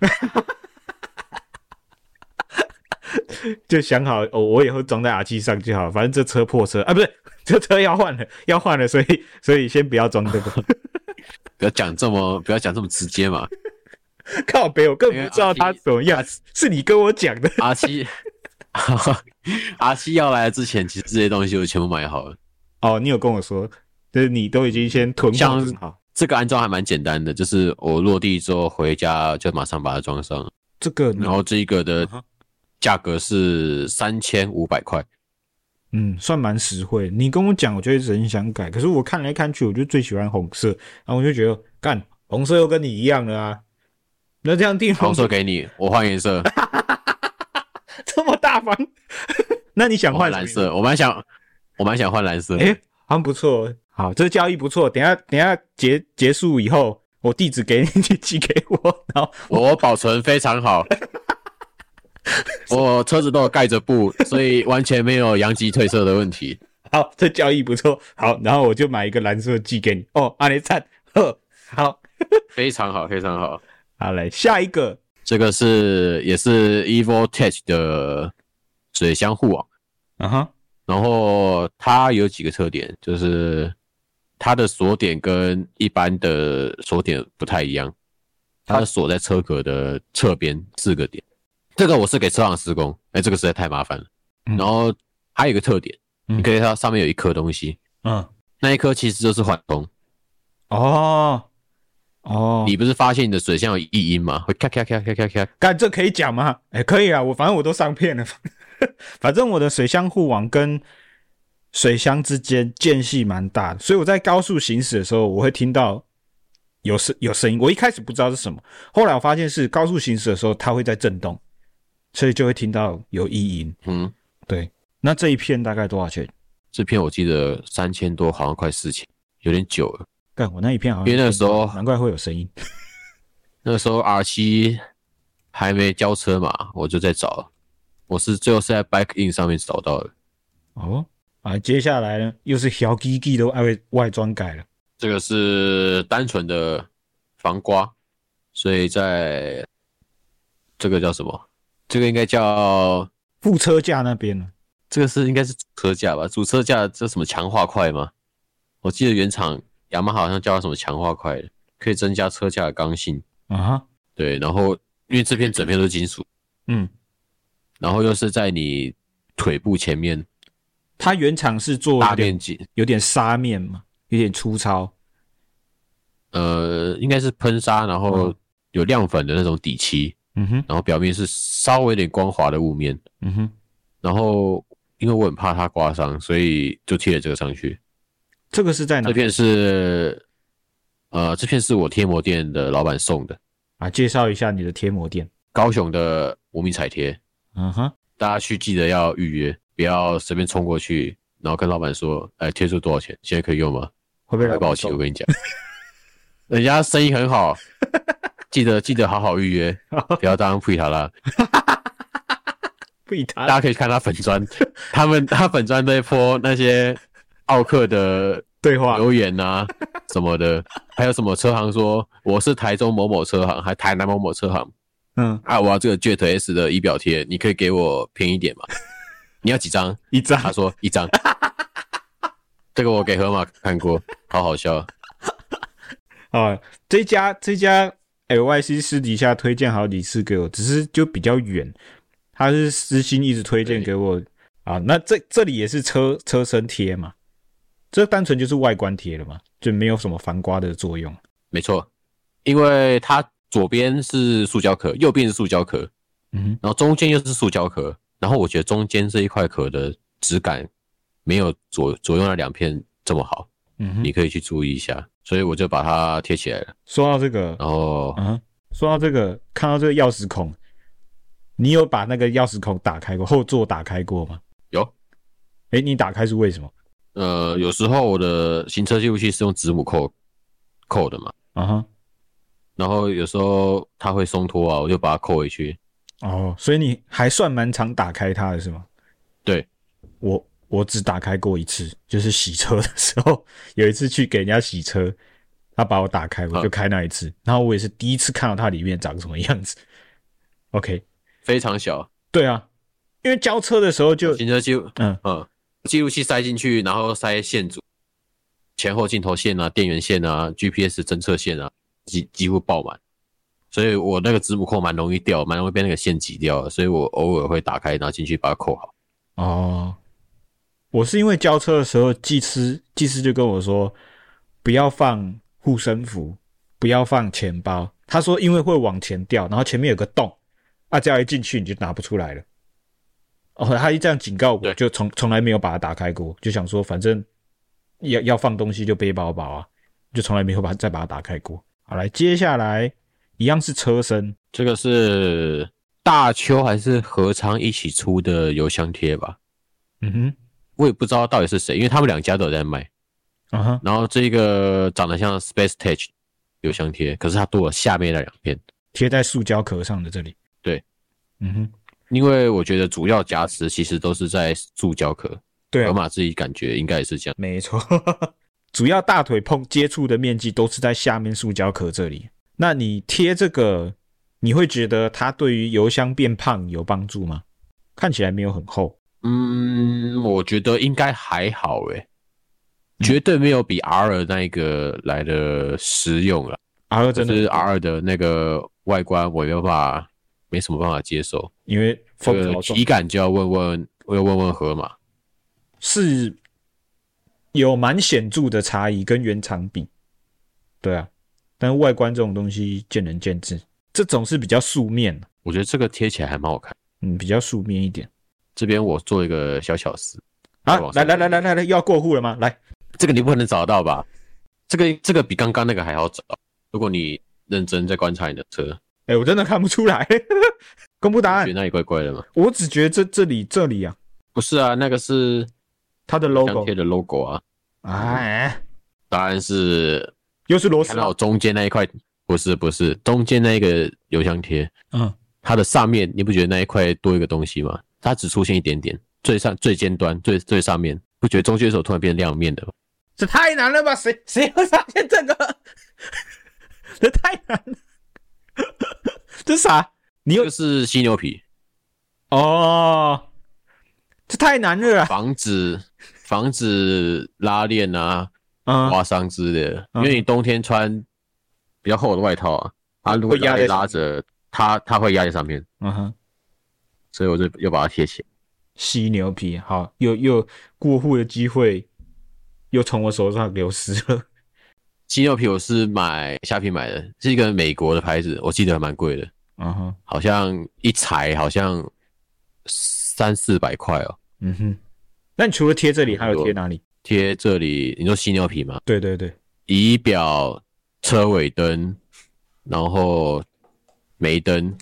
[SPEAKER 2] 就想好哦，我以后装在 R 七上就好，反正这车破车啊，不是这车要换了，要换了，所以 <laughs> 所以先不要装这
[SPEAKER 1] <laughs>
[SPEAKER 2] 个。
[SPEAKER 1] 不要讲这么不要讲这么直接嘛。
[SPEAKER 2] 靠北，我根本不知道它怎么样，是你跟我讲的。
[SPEAKER 1] 阿七，阿七要来之前，其实这些东西我全部买好了。
[SPEAKER 2] 哦，你有跟我说，就是你都已经先囤货
[SPEAKER 1] 像
[SPEAKER 2] 很好。
[SPEAKER 1] 这个安装还蛮简单的，就是我落地之后回家就马上把它装上。
[SPEAKER 2] 这个，
[SPEAKER 1] 然后这个
[SPEAKER 2] 嗯
[SPEAKER 1] 的价格是三千五百块，
[SPEAKER 2] 嗯，算蛮实惠。你跟我讲，我就一直很想改，可是我看来看去，我就最喜欢红色，然后我就觉得，干红色又跟你一样了啊。那这样定
[SPEAKER 1] 红色
[SPEAKER 2] 色
[SPEAKER 1] 给你，我换颜色，
[SPEAKER 2] 这么大方， <laughs> 那你想
[SPEAKER 1] 我
[SPEAKER 2] <laughs> 换
[SPEAKER 1] 换
[SPEAKER 2] 什么
[SPEAKER 1] 蓝？色，我蛮想，我蛮想换蓝色。
[SPEAKER 2] 哎、好像不错。好，这交易不错。等一下等一下结结束以后，我地址给你，你寄给我， <laughs> 然后
[SPEAKER 1] 我保存非常好，我车子都有盖着布，所以完全没有阳极褪色的问题。
[SPEAKER 2] 好，这交易不错。好，然后我就买一个蓝色寄给你。哦，阿雷赞， <laughs> 呵，好，
[SPEAKER 1] 非常好，非常好。
[SPEAKER 2] 好嘞，下一个，
[SPEAKER 1] 这个是也是 Evo Tech 的水箱护网，
[SPEAKER 2] 嗯哼，
[SPEAKER 1] 然后它有几个特点，就是它的锁点跟一般的锁点不太一样，它的锁在车壳的侧边四个点。这个我是给车行施工，哎，这个实在太麻烦了。
[SPEAKER 2] 嗯
[SPEAKER 1] 然后还有一个特点，
[SPEAKER 2] 嗯
[SPEAKER 1] 你可以看到上面有一颗东西，
[SPEAKER 2] 嗯，
[SPEAKER 1] 那一颗其实就是缓冲。
[SPEAKER 2] 哦，哦，
[SPEAKER 1] 你不是发现你的水箱有异音吗？会咔咔咔咔咔咔。
[SPEAKER 2] 干这可以讲吗？哎、可以啊，我反正我都上片了， <laughs> 反正我的水箱护网跟水箱之间间隙蛮大的，所以我在高速行驶的时候，我会听到有声有声音。我一开始不知道是什么，后来我发现是高速行驶的时候它会在震动，所以就会听到有异音。
[SPEAKER 1] 嗯，
[SPEAKER 2] 对，那这一片大概多少钱？
[SPEAKER 1] 这片我记得三千多，好像快四千，有点久了。
[SPEAKER 2] 干我那一片好像
[SPEAKER 1] 因为那个时候
[SPEAKER 2] 难怪会有声音。
[SPEAKER 1] 那个时候 R 七还没交车嘛，我就在找，我是最后是在 Bike In 上面找到的。
[SPEAKER 2] 哦，啊，接下来呢又是小鸡鸡都外外装改了。
[SPEAKER 1] 这个是单纯的防刮，所以在这个叫什么？这个应该叫
[SPEAKER 2] 副车架那边呢？
[SPEAKER 1] 这个是应该是主车架吧？主车架这什么强化块吗？我记得原厂雅马哈好像叫它什么强化块的，可以增加车架的刚性。
[SPEAKER 2] 啊哈，
[SPEAKER 1] 对，然后因为这片整片都是金属，
[SPEAKER 2] 嗯，
[SPEAKER 1] 然后又是在你腿部前面
[SPEAKER 2] 它原厂是做
[SPEAKER 1] 大
[SPEAKER 2] 有点
[SPEAKER 1] 面积，
[SPEAKER 2] 有点沙面嘛，有点粗糙。
[SPEAKER 1] 呃，应该是喷砂，然后有亮粉的那种底漆，
[SPEAKER 2] 嗯哼，
[SPEAKER 1] 然后表面是稍微有点光滑的雾面，
[SPEAKER 2] 嗯哼，
[SPEAKER 1] 然后因为我很怕它刮伤，所以就贴了这个上去。
[SPEAKER 2] 这个是在哪
[SPEAKER 1] 这片是，呃，这片是我贴膜店的老板送的，
[SPEAKER 2] 啊？介绍一下你的贴膜店。
[SPEAKER 1] 高雄的无名彩贴，
[SPEAKER 2] 嗯哼，
[SPEAKER 1] 大家去记得要预约，不要随便冲过去，然后跟老板说，哎，贴出多少钱？现在可以用吗？
[SPEAKER 2] 会被
[SPEAKER 1] 还
[SPEAKER 2] 老
[SPEAKER 1] 不好
[SPEAKER 2] 板
[SPEAKER 1] 骑，
[SPEAKER 2] 收
[SPEAKER 1] 我跟你讲， <laughs> 人家生意很好，记得记得好好预约，不要当普塔拉。
[SPEAKER 2] <laughs> 不以
[SPEAKER 1] 大
[SPEAKER 2] 他
[SPEAKER 1] 家可以看他粉砖，他们他粉砖那波那些奥克的
[SPEAKER 2] 对话。
[SPEAKER 1] 留言啊什么的，还有什么车行说我是台中某某车行，还台南某某车行
[SPEAKER 2] 嗯，
[SPEAKER 1] 啊，我要这个 Jet S 的仪表贴，你可以给我便宜一点吗？你要几张？
[SPEAKER 2] 一张
[SPEAKER 1] 他说一张。这个我给河马看过，好好笑。
[SPEAKER 2] 啊，这家这家 LYC 私底下推荐好几次给我，只是就比较远，他是私信一直推荐
[SPEAKER 1] 对
[SPEAKER 2] 给我啊。那这这里也是车车身贴嘛，这单纯就是外观贴了嘛，就没有什么防刮的作用。
[SPEAKER 1] 没错，因为它左边是塑胶壳，右边是塑胶壳，
[SPEAKER 2] 嗯哼，
[SPEAKER 1] 然后中间又是塑胶壳，然后我觉得中间这一块壳的质感没有左左右那两片这么好，
[SPEAKER 2] 嗯哼。
[SPEAKER 1] 你可以去注意一下，所以我就把它贴起来了。
[SPEAKER 2] 说到这个，
[SPEAKER 1] 然后
[SPEAKER 2] 嗯哼，说到这个，看到这个钥匙孔，你有把那个钥匙孔打开过，后座打开过吗？
[SPEAKER 1] 有，
[SPEAKER 2] 诶，你打开是为什么？
[SPEAKER 1] 呃，有时候我的行车记录器是用子母扣扣的嘛，
[SPEAKER 2] 啊哈，
[SPEAKER 1] 然后有时候它会松脱啊，我就把它扣回去。
[SPEAKER 2] 哦，所以你还算蛮常打开它的是吗？
[SPEAKER 1] 对，
[SPEAKER 2] 我我只打开过一次，就是洗车的时候， <laughs> 有一次去给人家洗车，他把我打开，我就开那一次，然后我也是第一次看到它里面长什么样子。OK，
[SPEAKER 1] 非常小，
[SPEAKER 2] 对啊，因为交车的时候就
[SPEAKER 1] 行车记录，
[SPEAKER 2] 嗯
[SPEAKER 1] 嗯，记录器塞进去，然后塞线组，前后镜头线啊、电源线啊、GPS 侦测线啊，几几乎爆满。所以我那个子母扣蛮容易掉，蛮容易被那个线挤掉的，所以我偶尔会打开拿进去把它扣好。
[SPEAKER 2] 哦，我是因为交车的时候，技师技师就跟我说，不要放护身符，不要放钱包。他说因为会往前掉，然后前面有个洞，啊，只要一进去你就拿不出来了。哦，他一这样警告我，
[SPEAKER 1] 对
[SPEAKER 2] 就从从来没有把它打开过，就想说反正要要放东西就背包包啊，就从来没有把再把它打开过。好，来，接下来一样是车身，
[SPEAKER 1] 这个是大邱还是合昌一起出的邮箱贴吧？
[SPEAKER 2] 嗯哼，
[SPEAKER 1] 我也不知道到底是谁，因为他们两家都有在卖。
[SPEAKER 2] 啊哈，
[SPEAKER 1] 然后这个长得像 Space Tech 邮箱贴，可是它多了下面那两片。
[SPEAKER 2] 贴在塑胶壳上的这里，
[SPEAKER 1] 对，
[SPEAKER 2] 嗯哼，
[SPEAKER 1] 因为我觉得主要瑕疵其实都是在塑胶壳，
[SPEAKER 2] 对啊
[SPEAKER 1] 河，马自己感觉应该也是这样。
[SPEAKER 2] 没错， <laughs> 主要大腿碰接触的面积都是在下面塑胶壳这里。那你贴这个，你会觉得它对于油箱变胖有帮助吗？看起来没有很厚，
[SPEAKER 1] 嗯，我觉得应该还好诶、
[SPEAKER 2] 嗯
[SPEAKER 1] 绝对没有比 R 那一个来的实用了。
[SPEAKER 2] R
[SPEAKER 1] 可
[SPEAKER 2] 真
[SPEAKER 1] 是啊
[SPEAKER 2] 的，
[SPEAKER 1] R 的那个外观我没有办法，没什么办法接受。
[SPEAKER 2] 因为
[SPEAKER 1] 这
[SPEAKER 2] 风
[SPEAKER 1] 个
[SPEAKER 2] 潮重
[SPEAKER 1] 体感就要问问，我要问问河马。
[SPEAKER 2] 是有蛮显著的差异，跟原厂比，对啊，但外观这种东西见仁见智，这种是比较素面，
[SPEAKER 1] 我觉得这个贴起来还蛮好看。
[SPEAKER 2] 嗯，比较素面一点。
[SPEAKER 1] 这边我做一个小巧思，
[SPEAKER 2] 啊
[SPEAKER 1] 再往，上
[SPEAKER 2] 来来来来来来，又要过户了吗？来，
[SPEAKER 1] 这个你不可能找到吧？这个这个比刚刚那个还好找。如果你认真在观察你的车，
[SPEAKER 2] 哎、我真的看不出来， <laughs> 公布答案
[SPEAKER 1] 觉得。那里怪怪的吗？
[SPEAKER 2] 我只觉得这这里这里啊，
[SPEAKER 1] 不是啊，那个是
[SPEAKER 2] 它的
[SPEAKER 1] 相
[SPEAKER 2] logo，
[SPEAKER 1] 贴的 logo 啊。
[SPEAKER 2] 哎，
[SPEAKER 1] 答案是
[SPEAKER 2] 又是螺丝啊
[SPEAKER 1] 看
[SPEAKER 2] 帽
[SPEAKER 1] 到中间那一块，不是不是，中间那个邮箱贴，
[SPEAKER 2] 嗯，
[SPEAKER 1] 它的上面你不觉得那一块多一个东西吗？它只出现一点点，最上最尖端最最上面，不觉得中间的时候突然变亮面的吗？
[SPEAKER 2] 这太难了吧？谁谁会发现这个？这太难了，这啥？你
[SPEAKER 1] 这
[SPEAKER 2] 有
[SPEAKER 1] 个是犀牛皮，
[SPEAKER 2] 哦，这太难了啊！
[SPEAKER 1] 防止防止拉链啊，
[SPEAKER 2] 嗯，
[SPEAKER 1] 刮伤之类的，
[SPEAKER 2] 嗯
[SPEAKER 1] 因为你冬天穿比较厚的外套啊，它如果
[SPEAKER 2] 会压在嗯
[SPEAKER 1] 拉拉着，它它会压在上面，
[SPEAKER 2] 嗯哼，
[SPEAKER 1] 所以我就又把它贴起来。
[SPEAKER 2] 犀牛皮，好，又又过户的机会又从我手上流失了。
[SPEAKER 1] 犀牛皮我是买虾皮买的，是一个美国的牌子，我记得还蛮贵的，
[SPEAKER 2] 嗯哼，
[SPEAKER 1] 好像一裁好像三四百块哦。
[SPEAKER 2] 嗯哼。那你除了贴这里，还有贴哪里？
[SPEAKER 1] 贴这里，你说犀牛皮吗？
[SPEAKER 2] 对对对，
[SPEAKER 1] 仪表、车尾灯，然后煤灯，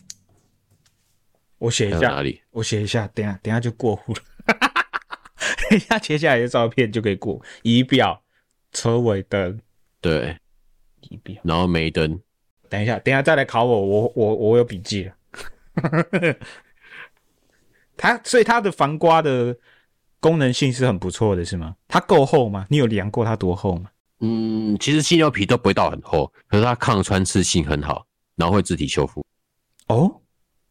[SPEAKER 2] 我写
[SPEAKER 1] 还
[SPEAKER 2] 一
[SPEAKER 1] 有
[SPEAKER 2] 下
[SPEAKER 1] 哪，里？
[SPEAKER 2] 我写一下，等一下等一下就过户了。等一下切下来的照片就可以过。仪表、车尾灯、
[SPEAKER 1] 对，
[SPEAKER 2] 仪表。
[SPEAKER 1] 然后煤灯，
[SPEAKER 2] 等一下，等一下再来考我，我我我有笔记了。 <laughs> 它所以它的防刮的功能性是很不错的，是吗？它够厚吗？你有量过它多厚吗？
[SPEAKER 1] 嗯，其实犀牛皮都不会到很厚，可是它抗穿刺性很好，然后会肢体修复。
[SPEAKER 2] 哦，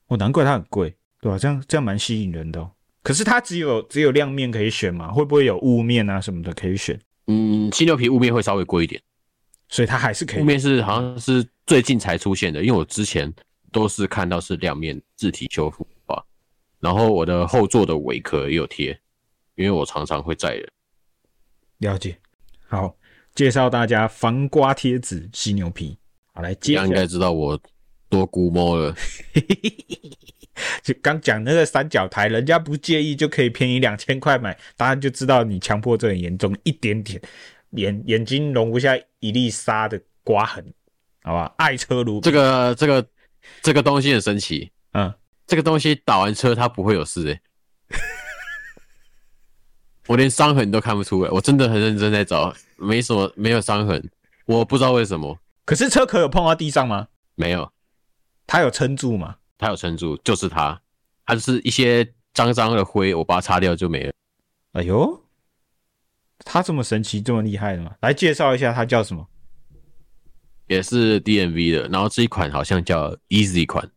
[SPEAKER 2] 哦，难怪它很贵，对吧、这样这样蛮吸引人的、哦。可是它只有只有亮面可以选嘛？会不会有雾面啊什么的可以选？
[SPEAKER 1] 嗯，犀牛皮雾面会稍微贵一点，
[SPEAKER 2] 所以它还是可
[SPEAKER 1] 雾
[SPEAKER 2] 以。
[SPEAKER 1] 面是好像是最近才出现的，因为我之前都是看到是亮面字体修复啊，然后我的后座的尾壳也有贴，因为我常常会载人。
[SPEAKER 2] 了解。好，介绍大家防刮贴纸犀牛皮。好，来
[SPEAKER 1] 这
[SPEAKER 2] 接
[SPEAKER 1] 样
[SPEAKER 2] 下
[SPEAKER 1] 应
[SPEAKER 2] 来
[SPEAKER 1] 该知道我多估摸了。
[SPEAKER 2] 就刚讲那个三角台，人家不介意就可以便宜两千块买，大家就知道你强迫症很严重一点点，眼眼睛容不下一粒沙的刮痕，好吧？爱车如
[SPEAKER 1] 这个这个这个东西很神奇，
[SPEAKER 2] 嗯，
[SPEAKER 1] 这个东西打完车它不会有事、欸，我连伤痕都看不出来、我真的很认真在找，没什么没有伤痕，我不知道为什么
[SPEAKER 2] 可是车壳有碰到地上吗？
[SPEAKER 1] 没有，
[SPEAKER 2] 它有撑住吗？
[SPEAKER 1] 它有撑住，就是它，它就是一些脏脏的灰，我把它擦掉就没了。
[SPEAKER 2] 哎呦，它这么神奇，这么厉害的吗？来介绍一下它叫什么？
[SPEAKER 1] 也是 DMV 的，然后这一款好像叫 Easy 款，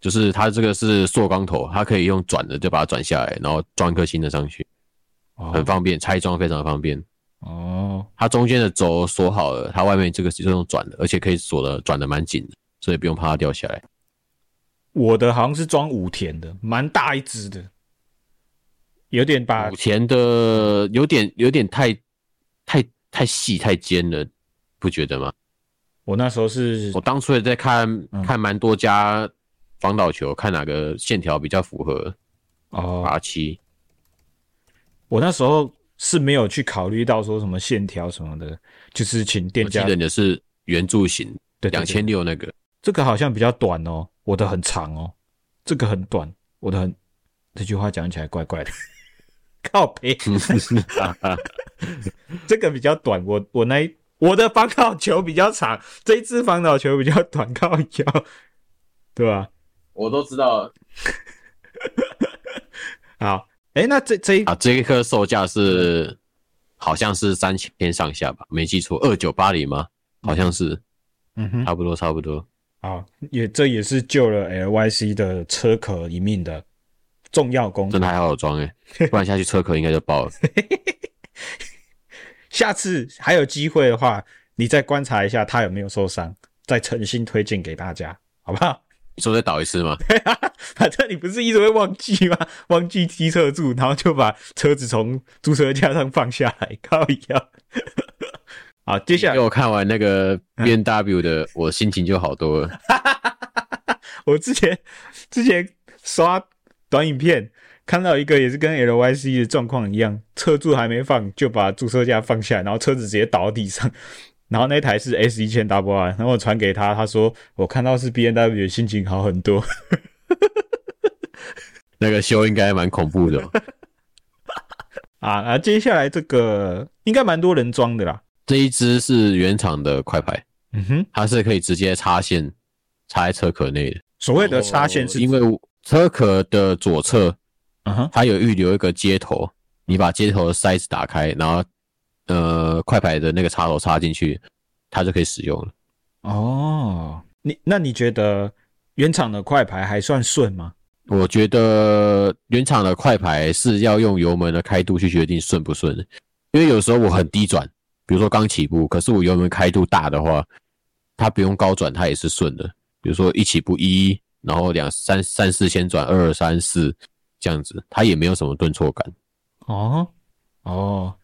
[SPEAKER 1] 就是它这个是塑钢头，它可以用转的就把它转下来，然后装一颗新的上去，很
[SPEAKER 2] 哦
[SPEAKER 1] 方便，拆装非常方便。
[SPEAKER 2] 哦，
[SPEAKER 1] 它中间的轴锁好了，它外面这个是用转的，而且可以锁的转的蛮紧的，所以不用怕它掉下来。
[SPEAKER 2] 我的好像是装五田的，蛮大一只的，有点把
[SPEAKER 1] 五前的有点有点太太太细太尖了，不觉得吗？
[SPEAKER 2] 我那时候是
[SPEAKER 1] 我当初也在看
[SPEAKER 2] 嗯
[SPEAKER 1] 看蛮多家防倒球，看哪个线条比较符合
[SPEAKER 2] 哦
[SPEAKER 1] R 七。
[SPEAKER 2] 我那时候是没有去考虑到说什么线条什么的，就是请店
[SPEAKER 1] 我记
[SPEAKER 2] 家
[SPEAKER 1] 得你的是圆柱形，
[SPEAKER 2] 对
[SPEAKER 1] 两，
[SPEAKER 2] 对对
[SPEAKER 1] 千六
[SPEAKER 2] <laughs>
[SPEAKER 1] 那个，
[SPEAKER 2] 这个好像比较短哦，我的很长哦，这个很短，我的很这句话讲起来怪怪的， <laughs> 靠背，
[SPEAKER 1] 嗯
[SPEAKER 2] 这个比较短，我我那一我的防盗球比较长，这一只防盗球比较短，靠腰，对吧？
[SPEAKER 1] 我都知道
[SPEAKER 2] 好，哎，那这这一
[SPEAKER 1] 啊。这一颗售价是好像是三千上下吧，没记错，二九八零吗？好像是。
[SPEAKER 2] 嗯哼，
[SPEAKER 1] 差不多，差不多。
[SPEAKER 2] 好，啊也这也是救了 LYC 的车壳一命的重要功
[SPEAKER 1] 真的还好有装哎、不然下去车壳应该就
[SPEAKER 2] <laughs>
[SPEAKER 1] 爆了。
[SPEAKER 2] 下次还有机会的话，你再观察一下他有没有受伤，再诚心推荐给大家，好不好？ <laughs>
[SPEAKER 1] 你说再倒一次吗？
[SPEAKER 2] 反正你不是一直会忘记吗？忘记踢车柱，然后就把车子从租车架上放下来，靠一样。 <laughs> 好，接下嗯
[SPEAKER 1] 给
[SPEAKER 2] 来
[SPEAKER 1] 我看完那个 B N W 的，我心情就好多了。
[SPEAKER 2] 我之前之前刷短影片，看到一个也是跟 LYC 的状况一样，车柱还没放就把驻车架放下来，然后车子直接倒到地上。 <laughs> 然后那台是 S 一千 W R，然后我传给他，他说我看到是 B N W，心情好很多。 <laughs>
[SPEAKER 1] 那个修应该蛮恐怖的哦、
[SPEAKER 2] 啊，那接下来这个应该蛮多人装的啦。
[SPEAKER 1] 这一只是原厂的快牌，
[SPEAKER 2] 嗯哼，
[SPEAKER 1] 它是可以直接插线插在车壳内的。
[SPEAKER 2] 所谓的插线是，
[SPEAKER 1] 哦因为我车壳的左侧
[SPEAKER 2] 嗯哼，
[SPEAKER 1] 它有预留一个接头，你把接头的塞子打开，然后呃快牌的那个插头插进去，它就可以使用了。
[SPEAKER 2] 哦，你那你觉得原厂的快牌还算顺吗？
[SPEAKER 1] 我觉得原厂的快排是要用油门的开度去决定顺不顺，因为有时候我很低转，比如说刚起步，可是我油门开度大的话，它不用高转它也是顺的。比如说一起步一然后两三三四千转二三四这样子，它也没有什么顿挫感。
[SPEAKER 2] 哦哦，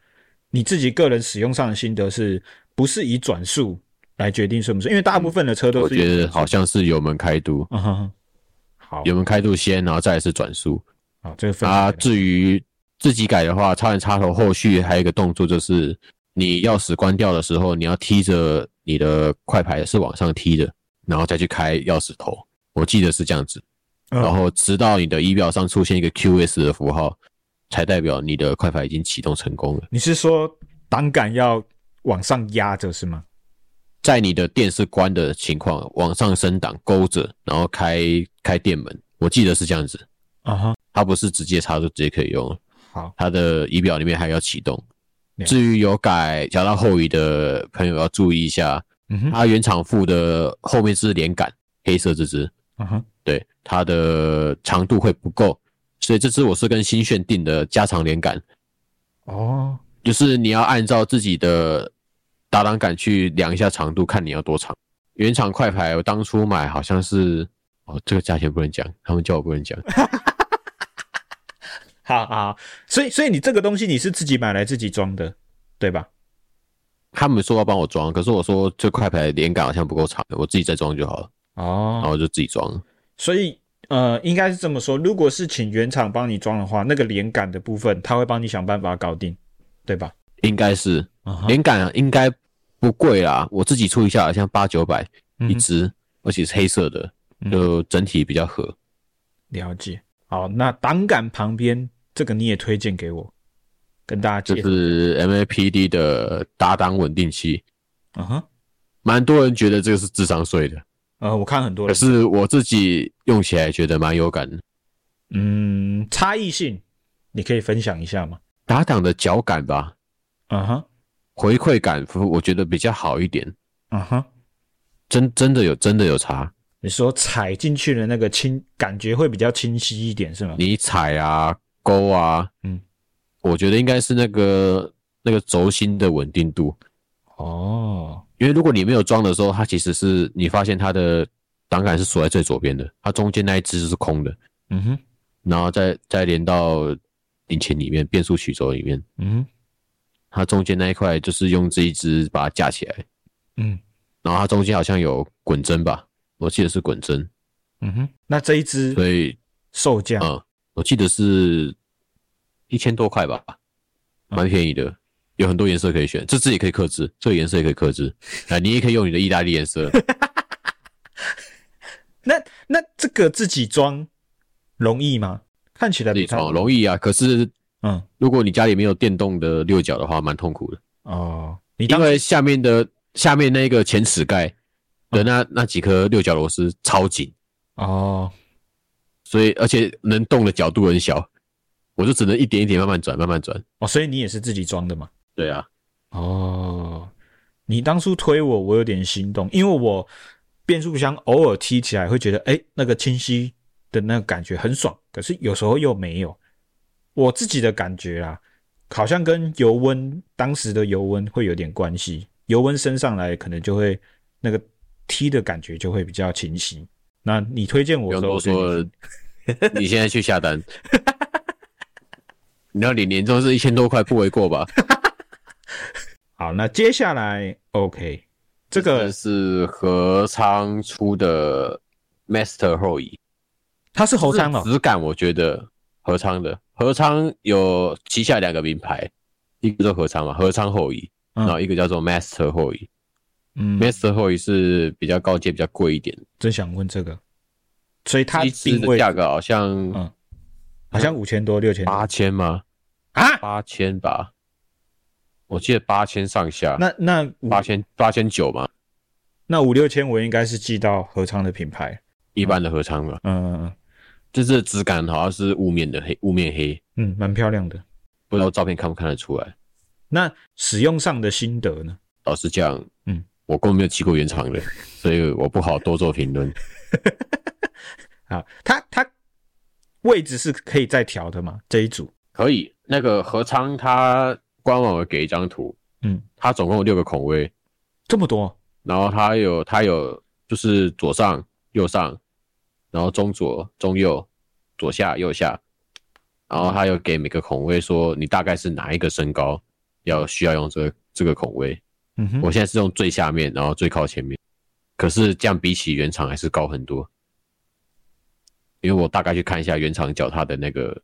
[SPEAKER 2] 你自己个人使用上的心得是不是以转速来决定顺不顺？因为大部分的车都
[SPEAKER 1] 我
[SPEAKER 2] 是
[SPEAKER 1] 觉得好像是油门开度，
[SPEAKER 2] 嗯哼哼好
[SPEAKER 1] 油门开度先，然后再来是转速。
[SPEAKER 2] 好，这个分
[SPEAKER 1] 啊，
[SPEAKER 2] 别
[SPEAKER 1] 至于自己改的话，插完插头后续还有一个动作就是，你钥匙关掉的时候，你要踢着你的快排是往上踢的，然后再去开钥匙头。我记得是这样子，
[SPEAKER 2] 嗯
[SPEAKER 1] 然后直到你的仪表上出现一个 QS 的符号，才代表你的快排已经启动成功了。
[SPEAKER 2] 你是说档杆要往上压着是吗？
[SPEAKER 1] 在你的电是关的情况，往上升档勾着，然后开开电门，我记得是这样子。
[SPEAKER 2] 啊哈，
[SPEAKER 1] 它不是直接插就直接可以用了，
[SPEAKER 2] 好，
[SPEAKER 1] 它的仪表里面还要启动。
[SPEAKER 2] 了解
[SPEAKER 1] 至于有改调到后移的朋友要注意一下，
[SPEAKER 2] 嗯哼，
[SPEAKER 1] 它原厂附的后面是连杆，黑色这只，
[SPEAKER 2] 嗯哼，
[SPEAKER 1] 对它的长度会不够，所以这只我是跟新炫定的加长连杆，
[SPEAKER 2] 哦，
[SPEAKER 1] 就是你要按照自己的打档杆去量一下长度，看你要多长。原厂快排我当初买好像是哦，这个价钱不能讲，他们叫我不能讲。
[SPEAKER 2] 好好，所以所以你这个东西你是自己买来自己装的，对吧？
[SPEAKER 1] 他们说要帮我装，可是我说这快排连杆好像不够长，我自己再装就好了，然
[SPEAKER 2] 哦，
[SPEAKER 1] 后我就自己装。
[SPEAKER 2] 所以呃，应该是这么说，如果是请原厂帮你装的话，那个连杆的部分他会帮你想办法搞定，对吧？
[SPEAKER 1] 应该是
[SPEAKER 2] 啊哈，
[SPEAKER 1] 连杆应该不贵啦，我自己出一下好像八九百
[SPEAKER 2] 嗯
[SPEAKER 1] 一只，而且是黑色的，
[SPEAKER 2] 嗯
[SPEAKER 1] 就整体比较合。
[SPEAKER 2] 了解。好，那档杆旁边这个你也推荐给我，跟大家
[SPEAKER 1] 这
[SPEAKER 2] 介绍。
[SPEAKER 1] 是 MAPD 的打档稳定器，
[SPEAKER 2] 嗯哼，
[SPEAKER 1] 蛮多人觉得这个是智商税的，
[SPEAKER 2] 呃，我看很多
[SPEAKER 1] 可
[SPEAKER 2] 人，
[SPEAKER 1] 是我自己用起来觉得蛮有感的。
[SPEAKER 2] 嗯，差异性你可以分享一下吗？
[SPEAKER 1] 打档的脚感吧，
[SPEAKER 2] 嗯哼，
[SPEAKER 1] 回馈感我觉得比较好一点，
[SPEAKER 2] 嗯哼，
[SPEAKER 1] 真真的有真的有差。
[SPEAKER 2] 你说踩进去的那个清感觉会比较清晰一点是吗？
[SPEAKER 1] 你踩啊、勾啊，
[SPEAKER 2] 嗯，
[SPEAKER 1] 我觉得应该是那个那个轴心的稳定度，
[SPEAKER 2] 哦，
[SPEAKER 1] 因为如果你没有装的时候，它其实是你发现它的档杆是锁在最左边的，它中间那一只是空的，
[SPEAKER 2] 嗯哼，
[SPEAKER 1] 然后再再连到引擎里面、变速曲轴里面，
[SPEAKER 2] 嗯哼，
[SPEAKER 1] 它中间那一块就是用这一只把它架起来，
[SPEAKER 2] 嗯
[SPEAKER 1] 然后它中间好像有滚针吧，我记得是滚针，
[SPEAKER 2] 嗯哼，那这一只
[SPEAKER 1] 所以
[SPEAKER 2] 售价
[SPEAKER 1] 嗯，我记得是一千多块吧，蛮便宜的，有很多颜色可以选，这支也可以克制，这个颜色也可以克制，啊，你也可以用你的意大利颜色，
[SPEAKER 2] 那那这个自己装容易吗？看起来
[SPEAKER 1] 自
[SPEAKER 2] 比
[SPEAKER 1] 己
[SPEAKER 2] 它
[SPEAKER 1] 装容易啊。可是
[SPEAKER 2] 嗯
[SPEAKER 1] 如果你家里没有电动的六角的话，蛮痛苦的，
[SPEAKER 2] 哦，你
[SPEAKER 1] 因
[SPEAKER 2] 当
[SPEAKER 1] 为下面的下面那个前齿盖的
[SPEAKER 2] 嗯
[SPEAKER 1] 那那几颗六角螺丝超紧，
[SPEAKER 2] 哦
[SPEAKER 1] 所以而且能动的角度很小，我就只能一点一点慢慢转，慢慢转。
[SPEAKER 2] 哦，所以你也是自己装的嘛？
[SPEAKER 1] 对啊，
[SPEAKER 2] 哦，你当初推我，我有点心动，因为我变速箱偶尔踢起来会觉得，哎、那个清晰的那个感觉很爽，可是有时候又没有。我自己的感觉啦，好像跟油温当时的油温会有点关系，油温升上来可能就会那个踢的感觉就会比较清晰。那你推荐
[SPEAKER 1] 不
[SPEAKER 2] 我
[SPEAKER 1] 用
[SPEAKER 2] 的时候，
[SPEAKER 1] 多
[SPEAKER 2] 我觉得
[SPEAKER 1] 说了， <laughs> 你现在去下单。你要领年终是一千多块，不为过吧？
[SPEAKER 2] 好，那接下来 OK，这个
[SPEAKER 1] 是合仓出的 Master 后移，
[SPEAKER 2] 它是猴山哦，
[SPEAKER 1] 质感我觉得合仓的合仓有旗下两个名牌，一个叫合仓嘛，合仓后移，
[SPEAKER 2] 嗯
[SPEAKER 1] 然后一个叫做 Master 后移、
[SPEAKER 2] 嗯，
[SPEAKER 1] m a s t e r 后移是比较高阶、比较贵一点，
[SPEAKER 2] 真想问这个，所以它
[SPEAKER 1] 一支
[SPEAKER 2] 定
[SPEAKER 1] 的
[SPEAKER 2] 位
[SPEAKER 1] 价格好像
[SPEAKER 2] 嗯好像五千多、六千多
[SPEAKER 1] 八千吗？
[SPEAKER 2] 啊？
[SPEAKER 1] 八千吧，我记得八千上下。
[SPEAKER 2] 那那五
[SPEAKER 1] 八千八千九嘛，
[SPEAKER 2] 那五六千，我应该是寄到合昌的品牌，
[SPEAKER 1] 一般的合仓嘛，
[SPEAKER 2] 嗯嗯
[SPEAKER 1] 就是质感好像是雾面的黑，雾面黑，
[SPEAKER 2] 嗯，蛮漂亮的。
[SPEAKER 1] 不知道照片看不看得出来。
[SPEAKER 2] 那使用上的心得呢？
[SPEAKER 1] 老实讲，
[SPEAKER 2] 嗯，
[SPEAKER 1] 我根本没有骑过原厂的，所以我不好多做评论。
[SPEAKER 2] 啊，它它位置是可以再调的嘛？这一组，
[SPEAKER 1] 可以，那个合仓它官网有给一张图，
[SPEAKER 2] 嗯，
[SPEAKER 1] 它总共有六个孔位，
[SPEAKER 2] 这么多
[SPEAKER 1] 然后它有它有就是左上、右上、然后中左、中右、左下、右下，然后它有给每个孔位说你大概是哪一个身高要需要用这个这个孔位。
[SPEAKER 2] 嗯哼，
[SPEAKER 1] 我现在是用最下面，然后最靠前面，可是这样比起原厂还是高很多，因为我大概去看一下原厂脚踏的那个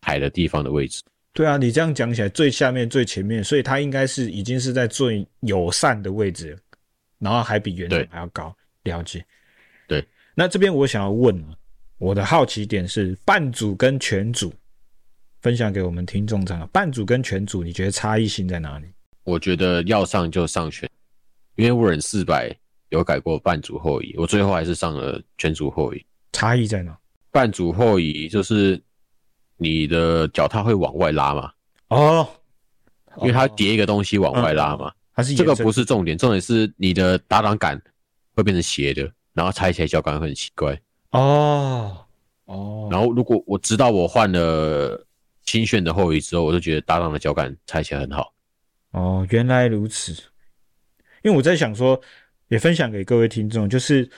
[SPEAKER 1] 踩的地方的位置。
[SPEAKER 2] 对啊，你这样讲起来，最下面、最前面，所以它应该是已经是在最友善的位置，然后还比原厂
[SPEAKER 1] 对
[SPEAKER 2] 还要高。了解。
[SPEAKER 1] 对，
[SPEAKER 2] 那这边我想要问啊，我的好奇点是半组跟全组，分享给我们听众参考。半组跟全组，你觉得差异性在哪里？
[SPEAKER 1] 我觉得要上就上全，因为我忍四百有改过半组后移，我最后还是上了全组后移。
[SPEAKER 2] 差异在哪？
[SPEAKER 1] 半组后移就是你的脚踏会往外拉嘛，
[SPEAKER 2] 哦，
[SPEAKER 1] 因为它
[SPEAKER 2] 哦嗯
[SPEAKER 1] 叠一个东西往外拉嘛。
[SPEAKER 2] 它是
[SPEAKER 1] 这个
[SPEAKER 2] 延伸
[SPEAKER 1] 不是重点，重点是你的打档杆会变成斜的，然后踩起来脚感会很奇怪。
[SPEAKER 2] 哦哦，
[SPEAKER 1] 然后如果我知道我换了新炫的后移之后，我就觉得搭档的脚感踩起来很好。
[SPEAKER 2] 哦，原来如此。因为我在想说，也分享给各位听众，就是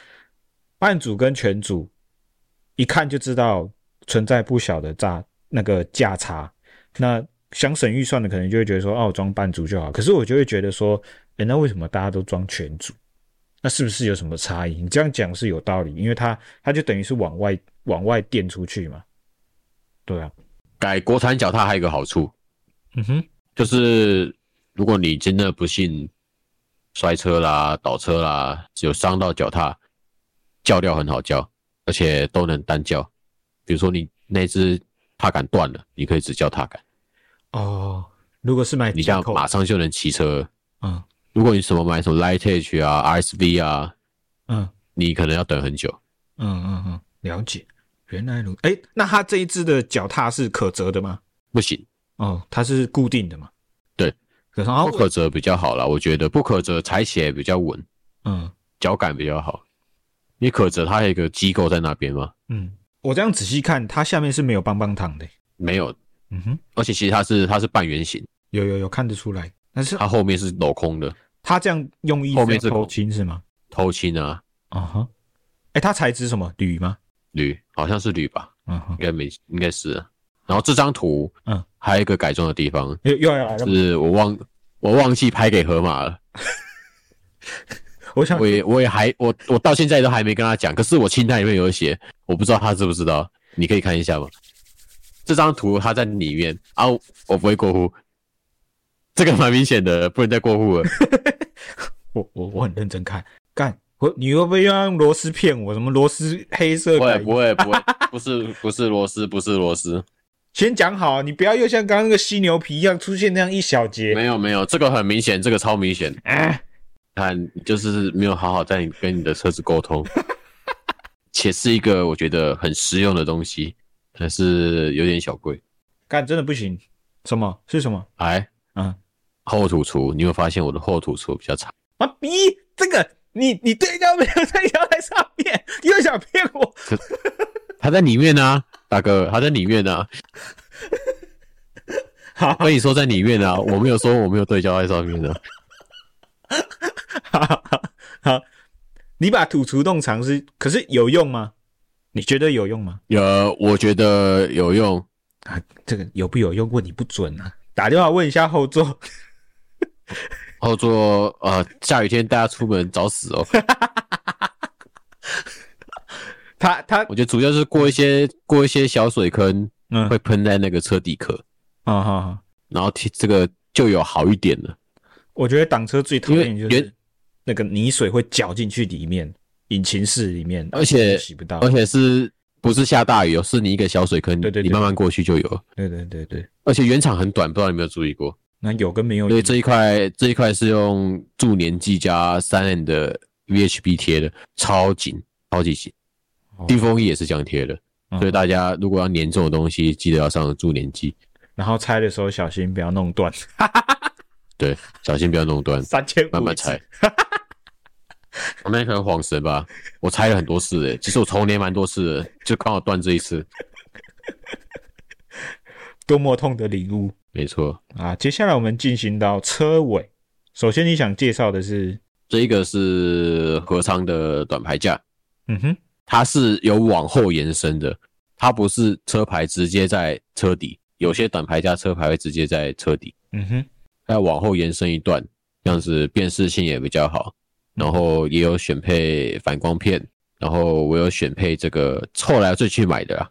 [SPEAKER 2] 半组跟全组一看就知道存在不小的价那个价差。那想省预算的，可能就会觉得说，哦，我装半组就好。可是我就会觉得说，诶，那为什么大家都装全组？那是不是有什么差异？你这样讲是有道理，因为它它就等于是往外往外垫出去嘛。对啊，
[SPEAKER 1] 改国产脚踏还有一个好处，
[SPEAKER 2] 嗯哼，
[SPEAKER 1] 就是如果你真的不幸摔车啦、倒车啦，有伤到脚踏，叫料很好叫，而且都能单叫。比如说你那只踏杆断了，你可以只叫踏杆，
[SPEAKER 2] 哦，如果是买
[SPEAKER 1] 你这样
[SPEAKER 2] 进口
[SPEAKER 1] 马上就能骑车了。
[SPEAKER 2] 嗯
[SPEAKER 1] 如果你什么买什么 Light Edge 啊、RSV 啊，
[SPEAKER 2] 嗯。
[SPEAKER 1] 你可能要等很久。
[SPEAKER 2] 嗯嗯嗯，了解。原来如哎，那它这一只的脚踏是可折的吗？
[SPEAKER 1] 不行，
[SPEAKER 2] 哦，它是固定的嘛？
[SPEAKER 1] 对。
[SPEAKER 2] 可哦然后
[SPEAKER 1] 不可折比较好啦，我觉得不可折踩起来比较稳，
[SPEAKER 2] 嗯
[SPEAKER 1] 脚感比较好。因为可折它有一个机构在那边嘛，
[SPEAKER 2] 嗯，我这样仔细看，它下面是没有棒棒糖的。
[SPEAKER 1] 没有，
[SPEAKER 2] 嗯哼，
[SPEAKER 1] 而且其实它是它是半圆形，
[SPEAKER 2] 有有有看得出来，但
[SPEAKER 1] <laughs>
[SPEAKER 2] 是
[SPEAKER 1] 它后面是镂空的，
[SPEAKER 2] 它这样用意
[SPEAKER 1] 后
[SPEAKER 2] 是
[SPEAKER 1] 面
[SPEAKER 2] 要
[SPEAKER 1] 是
[SPEAKER 2] 偷
[SPEAKER 1] 孔
[SPEAKER 2] 亲是吗？
[SPEAKER 1] 偷青啊，
[SPEAKER 2] 啊哈，哎，它材质什么铝吗？
[SPEAKER 1] 铝好像是铝吧，
[SPEAKER 2] 嗯哼，
[SPEAKER 1] 应该没应该是啊。然后这张图，
[SPEAKER 2] 嗯，
[SPEAKER 1] 还有一个改装的地方
[SPEAKER 2] 又又要来了。
[SPEAKER 1] 是我忘我忘记拍给河马了，
[SPEAKER 2] 我想
[SPEAKER 1] 我也我也还我我到现在都还没跟他讲，可是我清单里面有写，我不知道他知不知道，你可以看一下吗？这张图他在里面啊，我我不会过户，这个蛮明显的，不能再过户了。
[SPEAKER 2] 我我我很认真看，干我你会不会又要用螺丝骗我？什么螺丝黑色
[SPEAKER 1] 不
[SPEAKER 2] 改
[SPEAKER 1] 会不会不会，不是不是螺丝，不是螺丝，
[SPEAKER 2] 先讲好，啊你不要又像刚刚那个犀牛皮一样出现那样一小节。
[SPEAKER 1] 没有没有，这个很明显，这个超明显，
[SPEAKER 2] 哎
[SPEAKER 1] 看就是没有好好在你跟你的车子沟
[SPEAKER 2] <laughs>
[SPEAKER 1] 通，且是一个我觉得很实用的东西，但是有点小贵。
[SPEAKER 2] 干真的不行。什么是什么？
[SPEAKER 1] 哎，
[SPEAKER 2] 嗯，
[SPEAKER 1] 后土厨，你有没有发现我的后土厨比较差？
[SPEAKER 2] 啊逼！这个你你对焦没有对焦在上面，又想骗我？ <laughs>
[SPEAKER 1] 他在里面呢、啊大哥，他在里面呢、
[SPEAKER 2] <laughs> 好
[SPEAKER 1] 我跟你说在里面呢、我没有说我没有对焦在上面呢、
[SPEAKER 2] 好好好，你把土厨弄长是，可是有用吗？你觉得有用吗？
[SPEAKER 1] 有，呃我觉得有用。
[SPEAKER 2] 啊，这个有不有用问你不准啊！打电话问一下后座。 <laughs>
[SPEAKER 1] 后座，呃，下雨天大家出门找死哦。
[SPEAKER 2] 他他
[SPEAKER 1] 我觉得主要是过一些过一些小水坑，
[SPEAKER 2] 嗯
[SPEAKER 1] 会喷在那个车底壳，
[SPEAKER 2] 啊哈哈，
[SPEAKER 1] 然后贴这个就有好一点了。
[SPEAKER 2] 我觉得挡车最讨厌
[SPEAKER 1] 因
[SPEAKER 2] 就
[SPEAKER 1] 为
[SPEAKER 2] 是
[SPEAKER 1] 原
[SPEAKER 2] 那个泥水会搅进去里面，引擎室里面，
[SPEAKER 1] 而且
[SPEAKER 2] 洗不到。
[SPEAKER 1] 而且是不是下大雨哦？是你一个小水坑，
[SPEAKER 2] 对对对
[SPEAKER 1] 你慢慢过去就有了。
[SPEAKER 2] 对对对对，
[SPEAKER 1] 而且原厂很短，不知道你有没有注意过？
[SPEAKER 2] 那有跟没有一
[SPEAKER 1] 所以
[SPEAKER 2] 样？
[SPEAKER 1] 这一块这一块是用助粘剂加三 N 的 VHB 贴的，超紧，超级紧
[SPEAKER 2] 哦。
[SPEAKER 1] 地风衣也是这样贴的，
[SPEAKER 2] 嗯
[SPEAKER 1] 所以大家如果要粘这种东西，记得要上助粘剂，
[SPEAKER 2] 然后拆的时候小心不要弄断，
[SPEAKER 1] 对，小心不要弄断，
[SPEAKER 2] 三千五
[SPEAKER 1] 慢慢
[SPEAKER 2] <laughs>
[SPEAKER 1] 拆。我那可能晃神吧，我拆了很多次诶，其实我重粘蛮多次的，就刚好断这一次，
[SPEAKER 2] 多么痛的领悟
[SPEAKER 1] 没错。
[SPEAKER 2] 啊！接下来我们进行到车尾，首先你想介绍的是，
[SPEAKER 1] 这一个是合仓的短排架，
[SPEAKER 2] 嗯哼，
[SPEAKER 1] 它是有往后延伸的，它不是车牌直接在车底，有些短牌加车牌会直接在车底，
[SPEAKER 2] 嗯哼，
[SPEAKER 1] 再往后延伸一段，这样子辨识性也比较好。然后也有选配反光片，然后我有选配这个后来自己去买的啦，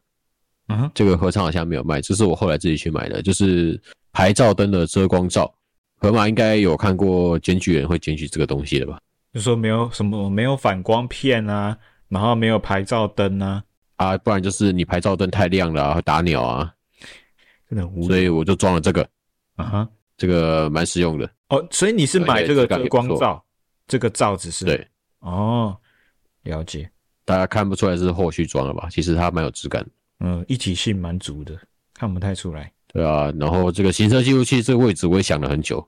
[SPEAKER 2] 嗯哼，
[SPEAKER 1] 这个合唱好像没有卖，这是我后来自己去买的，就是牌照灯的遮光罩。河马应该有看过检举人会检举这个东西的吧？
[SPEAKER 2] 就说没有什么没有反光片啊，然后没有牌照灯啊，
[SPEAKER 1] 啊，不然就是你牌照灯太亮了、啊、会打鸟啊，
[SPEAKER 2] 真的很无
[SPEAKER 1] 所
[SPEAKER 2] 聊
[SPEAKER 1] 以我就装了这个，
[SPEAKER 2] 啊哈。
[SPEAKER 1] 这个蛮实用的。
[SPEAKER 2] 哦，所以你是买这个遮光
[SPEAKER 1] 对质
[SPEAKER 2] 罩，这个罩子是
[SPEAKER 1] 对，
[SPEAKER 2] 哦，了解，
[SPEAKER 1] 大家看不出来是后续装了吧？其实它蛮有质感的。
[SPEAKER 2] 嗯，一体性蛮足的，看不太出来。
[SPEAKER 1] 对啊，然后这个行车记录器这个位置我也想了很久，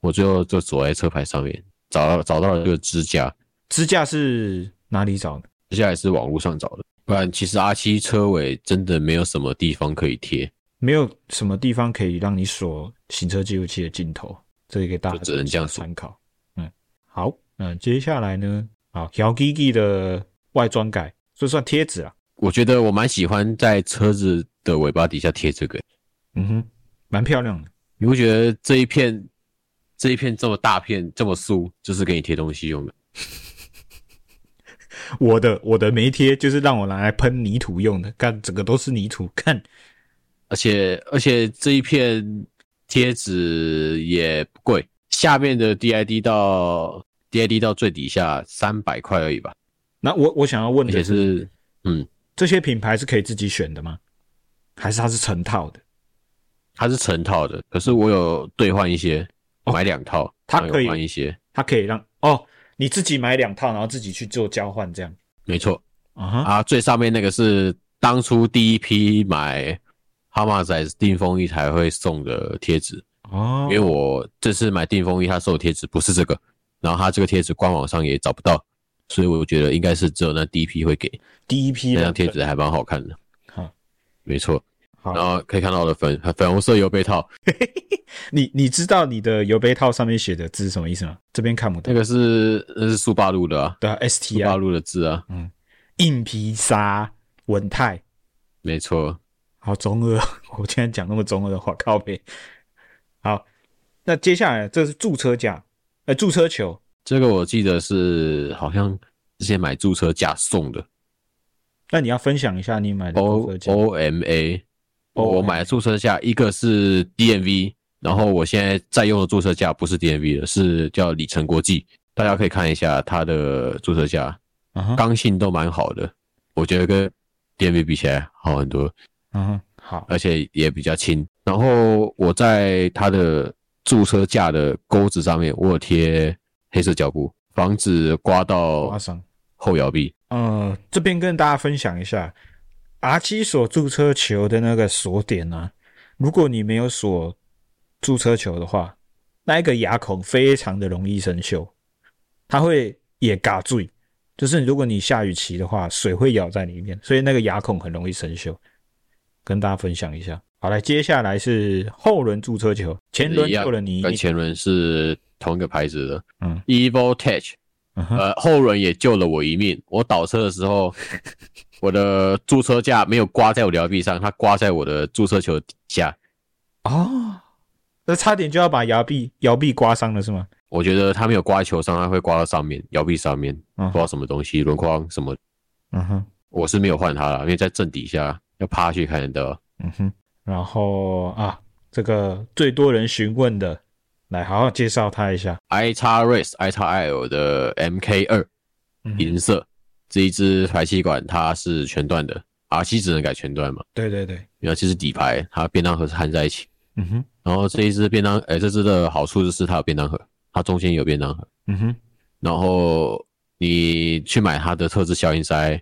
[SPEAKER 1] 我最后就走在车牌上面找到找到了这个支架，
[SPEAKER 2] 支架是哪里找的？
[SPEAKER 1] 接下来是网络上找的，不然其实 R 七车尾真的没有什么地方可以贴，
[SPEAKER 2] 没有什么地方可以让你锁行车记录器的镜头，这个给大家
[SPEAKER 1] 就只能这样做
[SPEAKER 2] 参考。嗯，好，那接下来呢？啊，小 Gigi 的外装改，这算贴纸啊。
[SPEAKER 1] 我觉得我蛮喜欢在车子的尾巴底下贴这个，
[SPEAKER 2] 嗯哼，蛮漂亮的。
[SPEAKER 1] 你会觉得这一片这一片这么大片这么素，就是给你贴东西用的。
[SPEAKER 2] 我的我的没贴，就是让我拿来喷泥土用的，干整个都是泥土， <laughs> 看
[SPEAKER 1] 而且而且这一片贴纸也不贵，下面的 DID 到 DID 到最底下三百块而已吧，
[SPEAKER 2] 那我我想要问
[SPEAKER 1] 而
[SPEAKER 2] 的
[SPEAKER 1] 且
[SPEAKER 2] 是，
[SPEAKER 1] 是
[SPEAKER 2] 这些品牌是可以自己选的吗？还是它是成套的？
[SPEAKER 1] 它是成套的，可是我有兑换一些，
[SPEAKER 2] 哦
[SPEAKER 1] 买两套，
[SPEAKER 2] 它
[SPEAKER 1] 然后
[SPEAKER 2] 可以
[SPEAKER 1] 有换一些，
[SPEAKER 2] 它可以让哦，你自己买两套，然后自己去做交换这样
[SPEAKER 1] 没错
[SPEAKER 2] 啊哈
[SPEAKER 1] 啊，最上面那个是当初第一批买哈马仔定风一台会送的贴纸，
[SPEAKER 2] 哦
[SPEAKER 1] 因为我这次买定风衣，它送的贴纸不是这个，然后它这个贴纸官网上也找不到，所以我觉得应该是只有那第一批会给
[SPEAKER 2] 第一批
[SPEAKER 1] 那
[SPEAKER 2] 的
[SPEAKER 1] 张贴纸，还蛮好看的。
[SPEAKER 2] 好，
[SPEAKER 1] 没错，
[SPEAKER 2] 好
[SPEAKER 1] 然后可以看到我的粉粉红色油杯套，
[SPEAKER 2] 你你知道你的邮杯套上面写的字是什么意思吗？这边看不到
[SPEAKER 1] 那，个是那是速八路的啊，
[SPEAKER 2] 对啊
[SPEAKER 1] 速
[SPEAKER 2] ，ST
[SPEAKER 1] 八
[SPEAKER 2] 啊，
[SPEAKER 1] 路的字啊，
[SPEAKER 2] 硬皮沙文泰，
[SPEAKER 1] 没错，
[SPEAKER 2] 好中二， <laughs> 我竟然讲那么中二的话，靠背。好，那接下来这是驻车架，呃，驻车球，
[SPEAKER 1] 这个我记得是好像之前买驻车架送的
[SPEAKER 2] 那你要分享一下你买的驻
[SPEAKER 1] O
[SPEAKER 2] 车架
[SPEAKER 1] O M A，
[SPEAKER 2] O M A
[SPEAKER 1] 我买的驻车架一个是 D M V，然后我现在在用的驻车架不是 D M V 的，是叫里程国际，大家可以看一下它的驻车架
[SPEAKER 2] 啊哈，
[SPEAKER 1] 刚性都蛮好的，我觉得跟 D M V 比起来好很多。
[SPEAKER 2] 嗯哼，好，
[SPEAKER 1] 而且也比较轻。然后我在它的驻车架的钩子上面，我有贴黑色胶布，防止刮
[SPEAKER 2] 花
[SPEAKER 1] 到
[SPEAKER 2] 上。
[SPEAKER 1] 后摇臂。
[SPEAKER 2] 呃，这边跟大家分享一下，R 七锁驻车球的那个锁点呢、如果你没有锁驻车球的话，那一个牙孔非常的容易生锈，它会也嘎住，就是如果你下雨骑的话，水会咬在里面，所以那个牙孔很容易生锈。跟大家分享一下。好，来，接下来是后轮驻车球，前轮
[SPEAKER 1] 一样
[SPEAKER 2] 后轮泥，
[SPEAKER 1] 跟哎前轮是同一个牌子的，
[SPEAKER 2] 嗯
[SPEAKER 1] ，Evo Tech，
[SPEAKER 2] 嗯哼
[SPEAKER 1] 呃，后轮也救了我一命。我倒车的时
[SPEAKER 2] <laughs>
[SPEAKER 1] 候，我的驻车架没有刮在我的摇臂上，它刮在我的驻车球底下。
[SPEAKER 2] 哦，那差点就要把牙壁摇臂刮伤了是吗？
[SPEAKER 1] 我觉得它没有刮在球上，它会刮到上面摇臂上面，
[SPEAKER 2] 嗯
[SPEAKER 1] 不知道什么东西，轮框什么
[SPEAKER 2] 嗯哼。
[SPEAKER 1] 我是没有换它了，因为在正底下要趴下去才能得。
[SPEAKER 2] 嗯哼，然后啊，这个最多人询问的，来好好介绍他一下。
[SPEAKER 1] i 叉 Race i 叉 L 的 MK 二
[SPEAKER 2] 嗯
[SPEAKER 1] 银色这一支排气管它是全段的，R 七只能改全段嘛，
[SPEAKER 2] 对对对，
[SPEAKER 1] 因为其实底盘它便当盒是焊在一起。
[SPEAKER 2] 嗯哼，
[SPEAKER 1] 然后这一支便当，哎、这支的好处就是它有便当盒，它中间有便当盒。
[SPEAKER 2] 嗯哼，
[SPEAKER 1] 然后你去买它的特制消音塞，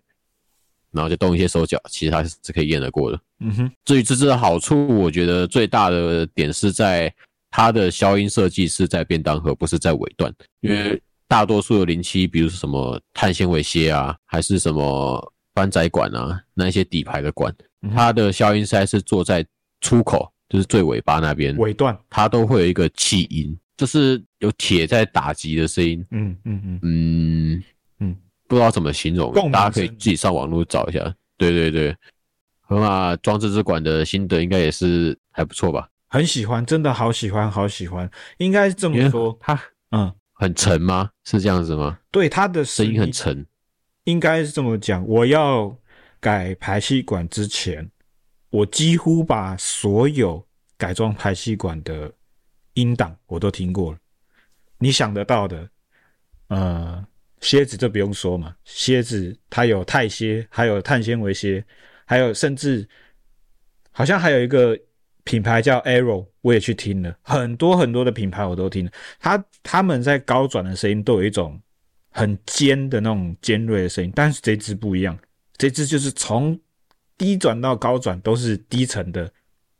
[SPEAKER 1] 然后就动一些手脚，其实它是是可以验得过的。
[SPEAKER 2] 嗯哼，
[SPEAKER 1] 至于这支的好处，我觉得最大的点是在它的消音设计是在便当盒，不是在尾段，因为大多数的零七，比如说什么碳纤维楔啊，还是什么翻窄管啊，那一些底牌的管
[SPEAKER 2] 嗯，
[SPEAKER 1] 它的消音塞是坐在出口，就是最尾巴那边，
[SPEAKER 2] 尾段，
[SPEAKER 1] 它都会有一个气音，就是有铁在打击的声音。
[SPEAKER 2] 嗯嗯嗯
[SPEAKER 1] 嗯
[SPEAKER 2] 嗯，
[SPEAKER 1] 不知知道怎么形容
[SPEAKER 2] 共，鸣
[SPEAKER 1] 大家可以
[SPEAKER 2] 声
[SPEAKER 1] 自己上网络找一下。对对对，那装置之馆的心得应该也是还不错吧？
[SPEAKER 2] 很喜欢，真的好喜欢，好喜欢，应该是这
[SPEAKER 1] 因
[SPEAKER 2] 么
[SPEAKER 1] 为
[SPEAKER 2] 说，
[SPEAKER 1] 它
[SPEAKER 2] 嗯，
[SPEAKER 1] 很沉吗？是这样子吗？
[SPEAKER 2] 对，他的
[SPEAKER 1] 声音很
[SPEAKER 2] 沉。
[SPEAKER 1] 沉。
[SPEAKER 2] 应该是这么讲，我要改排气管之前，我几乎把所有改装排气管的音档我都听过了。你想得到的，呃，蝎子就不用说嘛，蝎子它有钛蝎，还有碳纤维蝎，还有甚至好像还有一个品牌叫 Arrow，我也去听了很多很多的品牌我都听了，它他们在高转的声音都有一种很尖的那种尖锐的声音，但是这只不一样，这只就是从低转到高转都是低沉的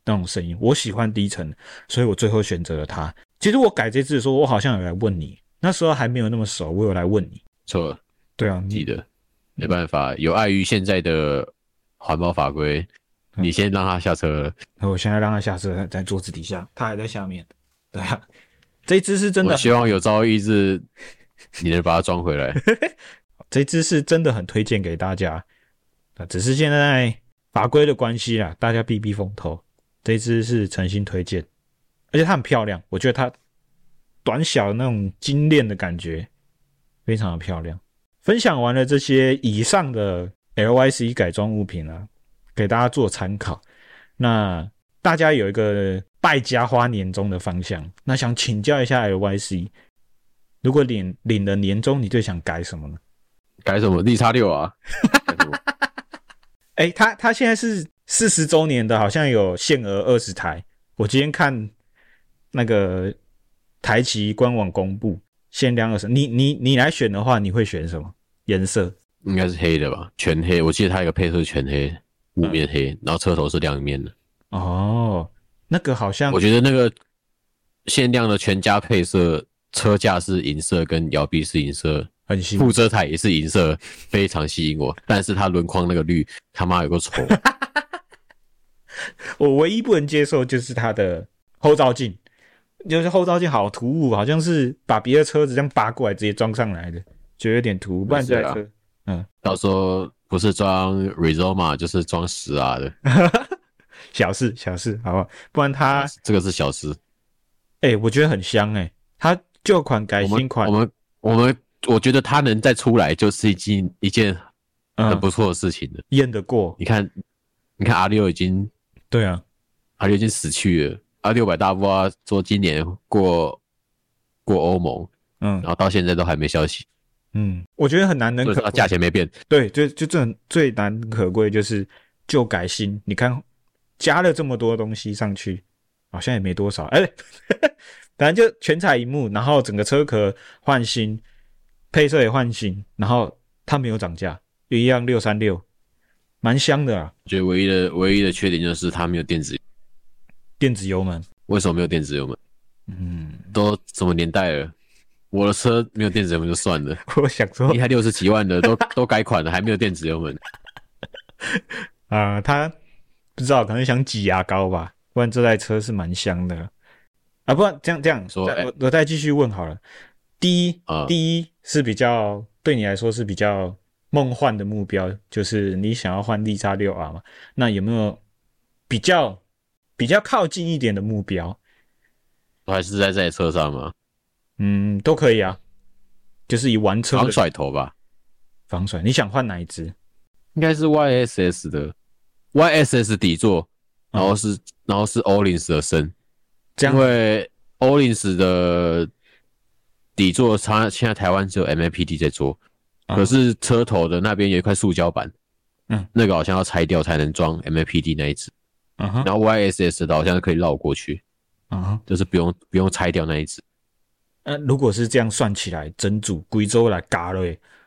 [SPEAKER 2] 那种声音。我喜欢低沉，所以我最后选择了它。其实我改这只的时候，我好像有来问你，那时候还没有那么熟，我有来问你。
[SPEAKER 1] 错了，
[SPEAKER 2] 对啊，
[SPEAKER 1] 记
[SPEAKER 2] 你
[SPEAKER 1] 得，没办法，有碍于现在的环保法规，
[SPEAKER 2] 嗯
[SPEAKER 1] 你先让他下车了。
[SPEAKER 2] 我现在让他下车，在桌子底下，他还在下面。对啊，这只是真
[SPEAKER 1] 我
[SPEAKER 2] 的很
[SPEAKER 1] 希望有朝一日你能把它装回
[SPEAKER 2] <laughs>
[SPEAKER 1] 来。
[SPEAKER 2] 这支是真的很推荐给大家，啊，只是现在法规的关系啊，大家避避风头。这支是诚心推荐，而且它很漂亮，我觉得它短小的那种精炼的感觉非常的漂亮。分享完了这些以上的 LYC 改装物品啊，给大家做参考。那大家有一个败家花年终的方向，那想请教一下 LYC，如果领领了年终，你最想改什么呢？
[SPEAKER 1] 改什么？利叉六啊？ <laughs> 改什么
[SPEAKER 2] 哎、他他现在是四十周年的，好像有限额二十台。我今天看那个台旗官网公布限量二十，你你你来选的话，你会选什么颜色？
[SPEAKER 1] 应该是黑的吧？全黑。我记得它有个配色是全黑，雾面黑，
[SPEAKER 2] 嗯
[SPEAKER 1] 然后车头是亮面的。
[SPEAKER 2] 哦，那个好像
[SPEAKER 1] 我觉得那个限量的全家配色，车架是银色，跟摇臂是银色，
[SPEAKER 2] 很新。
[SPEAKER 1] 副车台也是银色，非常吸引我。但是它轮框那个绿，他妈有个
[SPEAKER 2] <laughs>
[SPEAKER 1] 丑。
[SPEAKER 2] 我唯一不能接受就是它的后照镜，就是后照镜好突兀，好像是把别的车子这样扒过来直接装上来的，觉得有点突兀。不然
[SPEAKER 1] 没事
[SPEAKER 2] 这
[SPEAKER 1] 啊
[SPEAKER 2] 台车
[SPEAKER 1] 到时候不是装 Rizoma 就是装十 R 的，
[SPEAKER 2] 小事小事，好不好？不然它
[SPEAKER 1] 这个是啊小事。
[SPEAKER 2] 哎、我觉得很香哎、它旧款改
[SPEAKER 1] 我们
[SPEAKER 2] 新款，
[SPEAKER 1] 我们我们我觉得它能再出来就是一件一件很
[SPEAKER 2] 嗯
[SPEAKER 1] 不错的事情了。
[SPEAKER 2] 验得过。
[SPEAKER 1] 你看，你看 R 六已经
[SPEAKER 2] 对啊，
[SPEAKER 1] R 六已经死去了，R 六百大波说今年过过欧盟，
[SPEAKER 2] 嗯
[SPEAKER 1] 然后到现在都还没消息，
[SPEAKER 2] 嗯，我觉得很难能
[SPEAKER 1] 所以
[SPEAKER 2] 可
[SPEAKER 1] 它
[SPEAKER 2] 贵
[SPEAKER 1] 价钱没变。
[SPEAKER 2] 对，就就这种最难能可贵就是旧改新。你看加了这么多东西上去，好像也没多少。哎、 <laughs> 反正就全彩一幕，然后整个车壳换新，配色也换新，然后它没有涨价，一样六三六，蛮香的啊。
[SPEAKER 1] 我觉得唯一的唯一的缺点就是它没有电子，
[SPEAKER 2] 电子油门，
[SPEAKER 1] 为什么没有电子油门？
[SPEAKER 2] 嗯， <laughs>
[SPEAKER 1] 都什么年代了？我的车没有电子油门就算了，
[SPEAKER 2] 我想说
[SPEAKER 1] 一台六十几万的都都改款了，还没有电子油门。
[SPEAKER 2] 啊、他不知道，可能想挤牙膏吧，不然这台车是蛮香的啊。不然这样这样，
[SPEAKER 1] 说
[SPEAKER 2] 再
[SPEAKER 1] 哎
[SPEAKER 2] 我我再继续问好了。第一，
[SPEAKER 1] 啊
[SPEAKER 2] 第一是比较对你来说是比较梦幻的目标，就是你想要换 D 叉六 R 嘛？那有没有比较比较靠近一点的目标？
[SPEAKER 1] 我还是在这台车上
[SPEAKER 2] <laughs>
[SPEAKER 1] 嘛，
[SPEAKER 2] 嗯，都可以啊，就是以玩车
[SPEAKER 1] 防
[SPEAKER 2] 的
[SPEAKER 1] 甩头吧，
[SPEAKER 2] 防甩，你想换哪一只？
[SPEAKER 1] 应该是 YSS 的 YSS 底座，然后是、然后是 Olins 的身，
[SPEAKER 2] 嗯这
[SPEAKER 1] 因
[SPEAKER 2] 样
[SPEAKER 1] 为 Olins 的底座它现在台湾只有 MAPD 在做，
[SPEAKER 2] 啊
[SPEAKER 1] 可是车头的那边有一块塑胶板，
[SPEAKER 2] 嗯，
[SPEAKER 1] 那个好像要拆掉才能装 MAPD 那一只，
[SPEAKER 2] 嗯哼
[SPEAKER 1] 然后 YSS 的好像是可以绕过去，
[SPEAKER 2] 嗯哼。
[SPEAKER 1] 就是不用不用拆掉那一只。
[SPEAKER 2] 那如果是这样算起来，整组贵州来嘎了，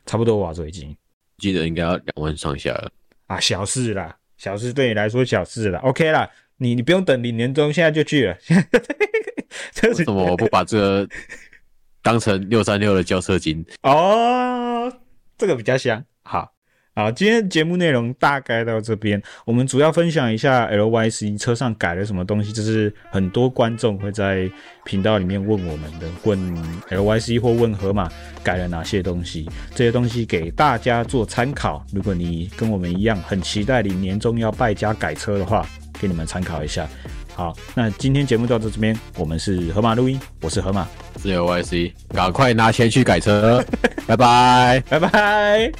[SPEAKER 2] 差不多瓦就已经
[SPEAKER 1] 记得应该要两万上下了，
[SPEAKER 2] 啊，小事啦，小事对你来说小事啦，OK 啦，你你不用等领年终，现在就去了。 <laughs> 这
[SPEAKER 1] 为
[SPEAKER 2] 是
[SPEAKER 1] 什么我不把这个当成六三六的交车金？
[SPEAKER 2] 哦，这个比较香。好，好，今天的节目内容大概到这边，我们主要分享一下 LYC 车上改了什么东西，这是很多观众会在频道里面问我们的，问 LYC 或问河马改了哪些东西，这些东西给大家做参考。如果你跟我们一样很期待你年终要败家改车的话，给你们参考一下。好，那今天节目到这这边，我们是河马录音，我是河马，
[SPEAKER 1] 自由 YC，赶快拿钱去改车，拜拜。
[SPEAKER 2] 拜拜。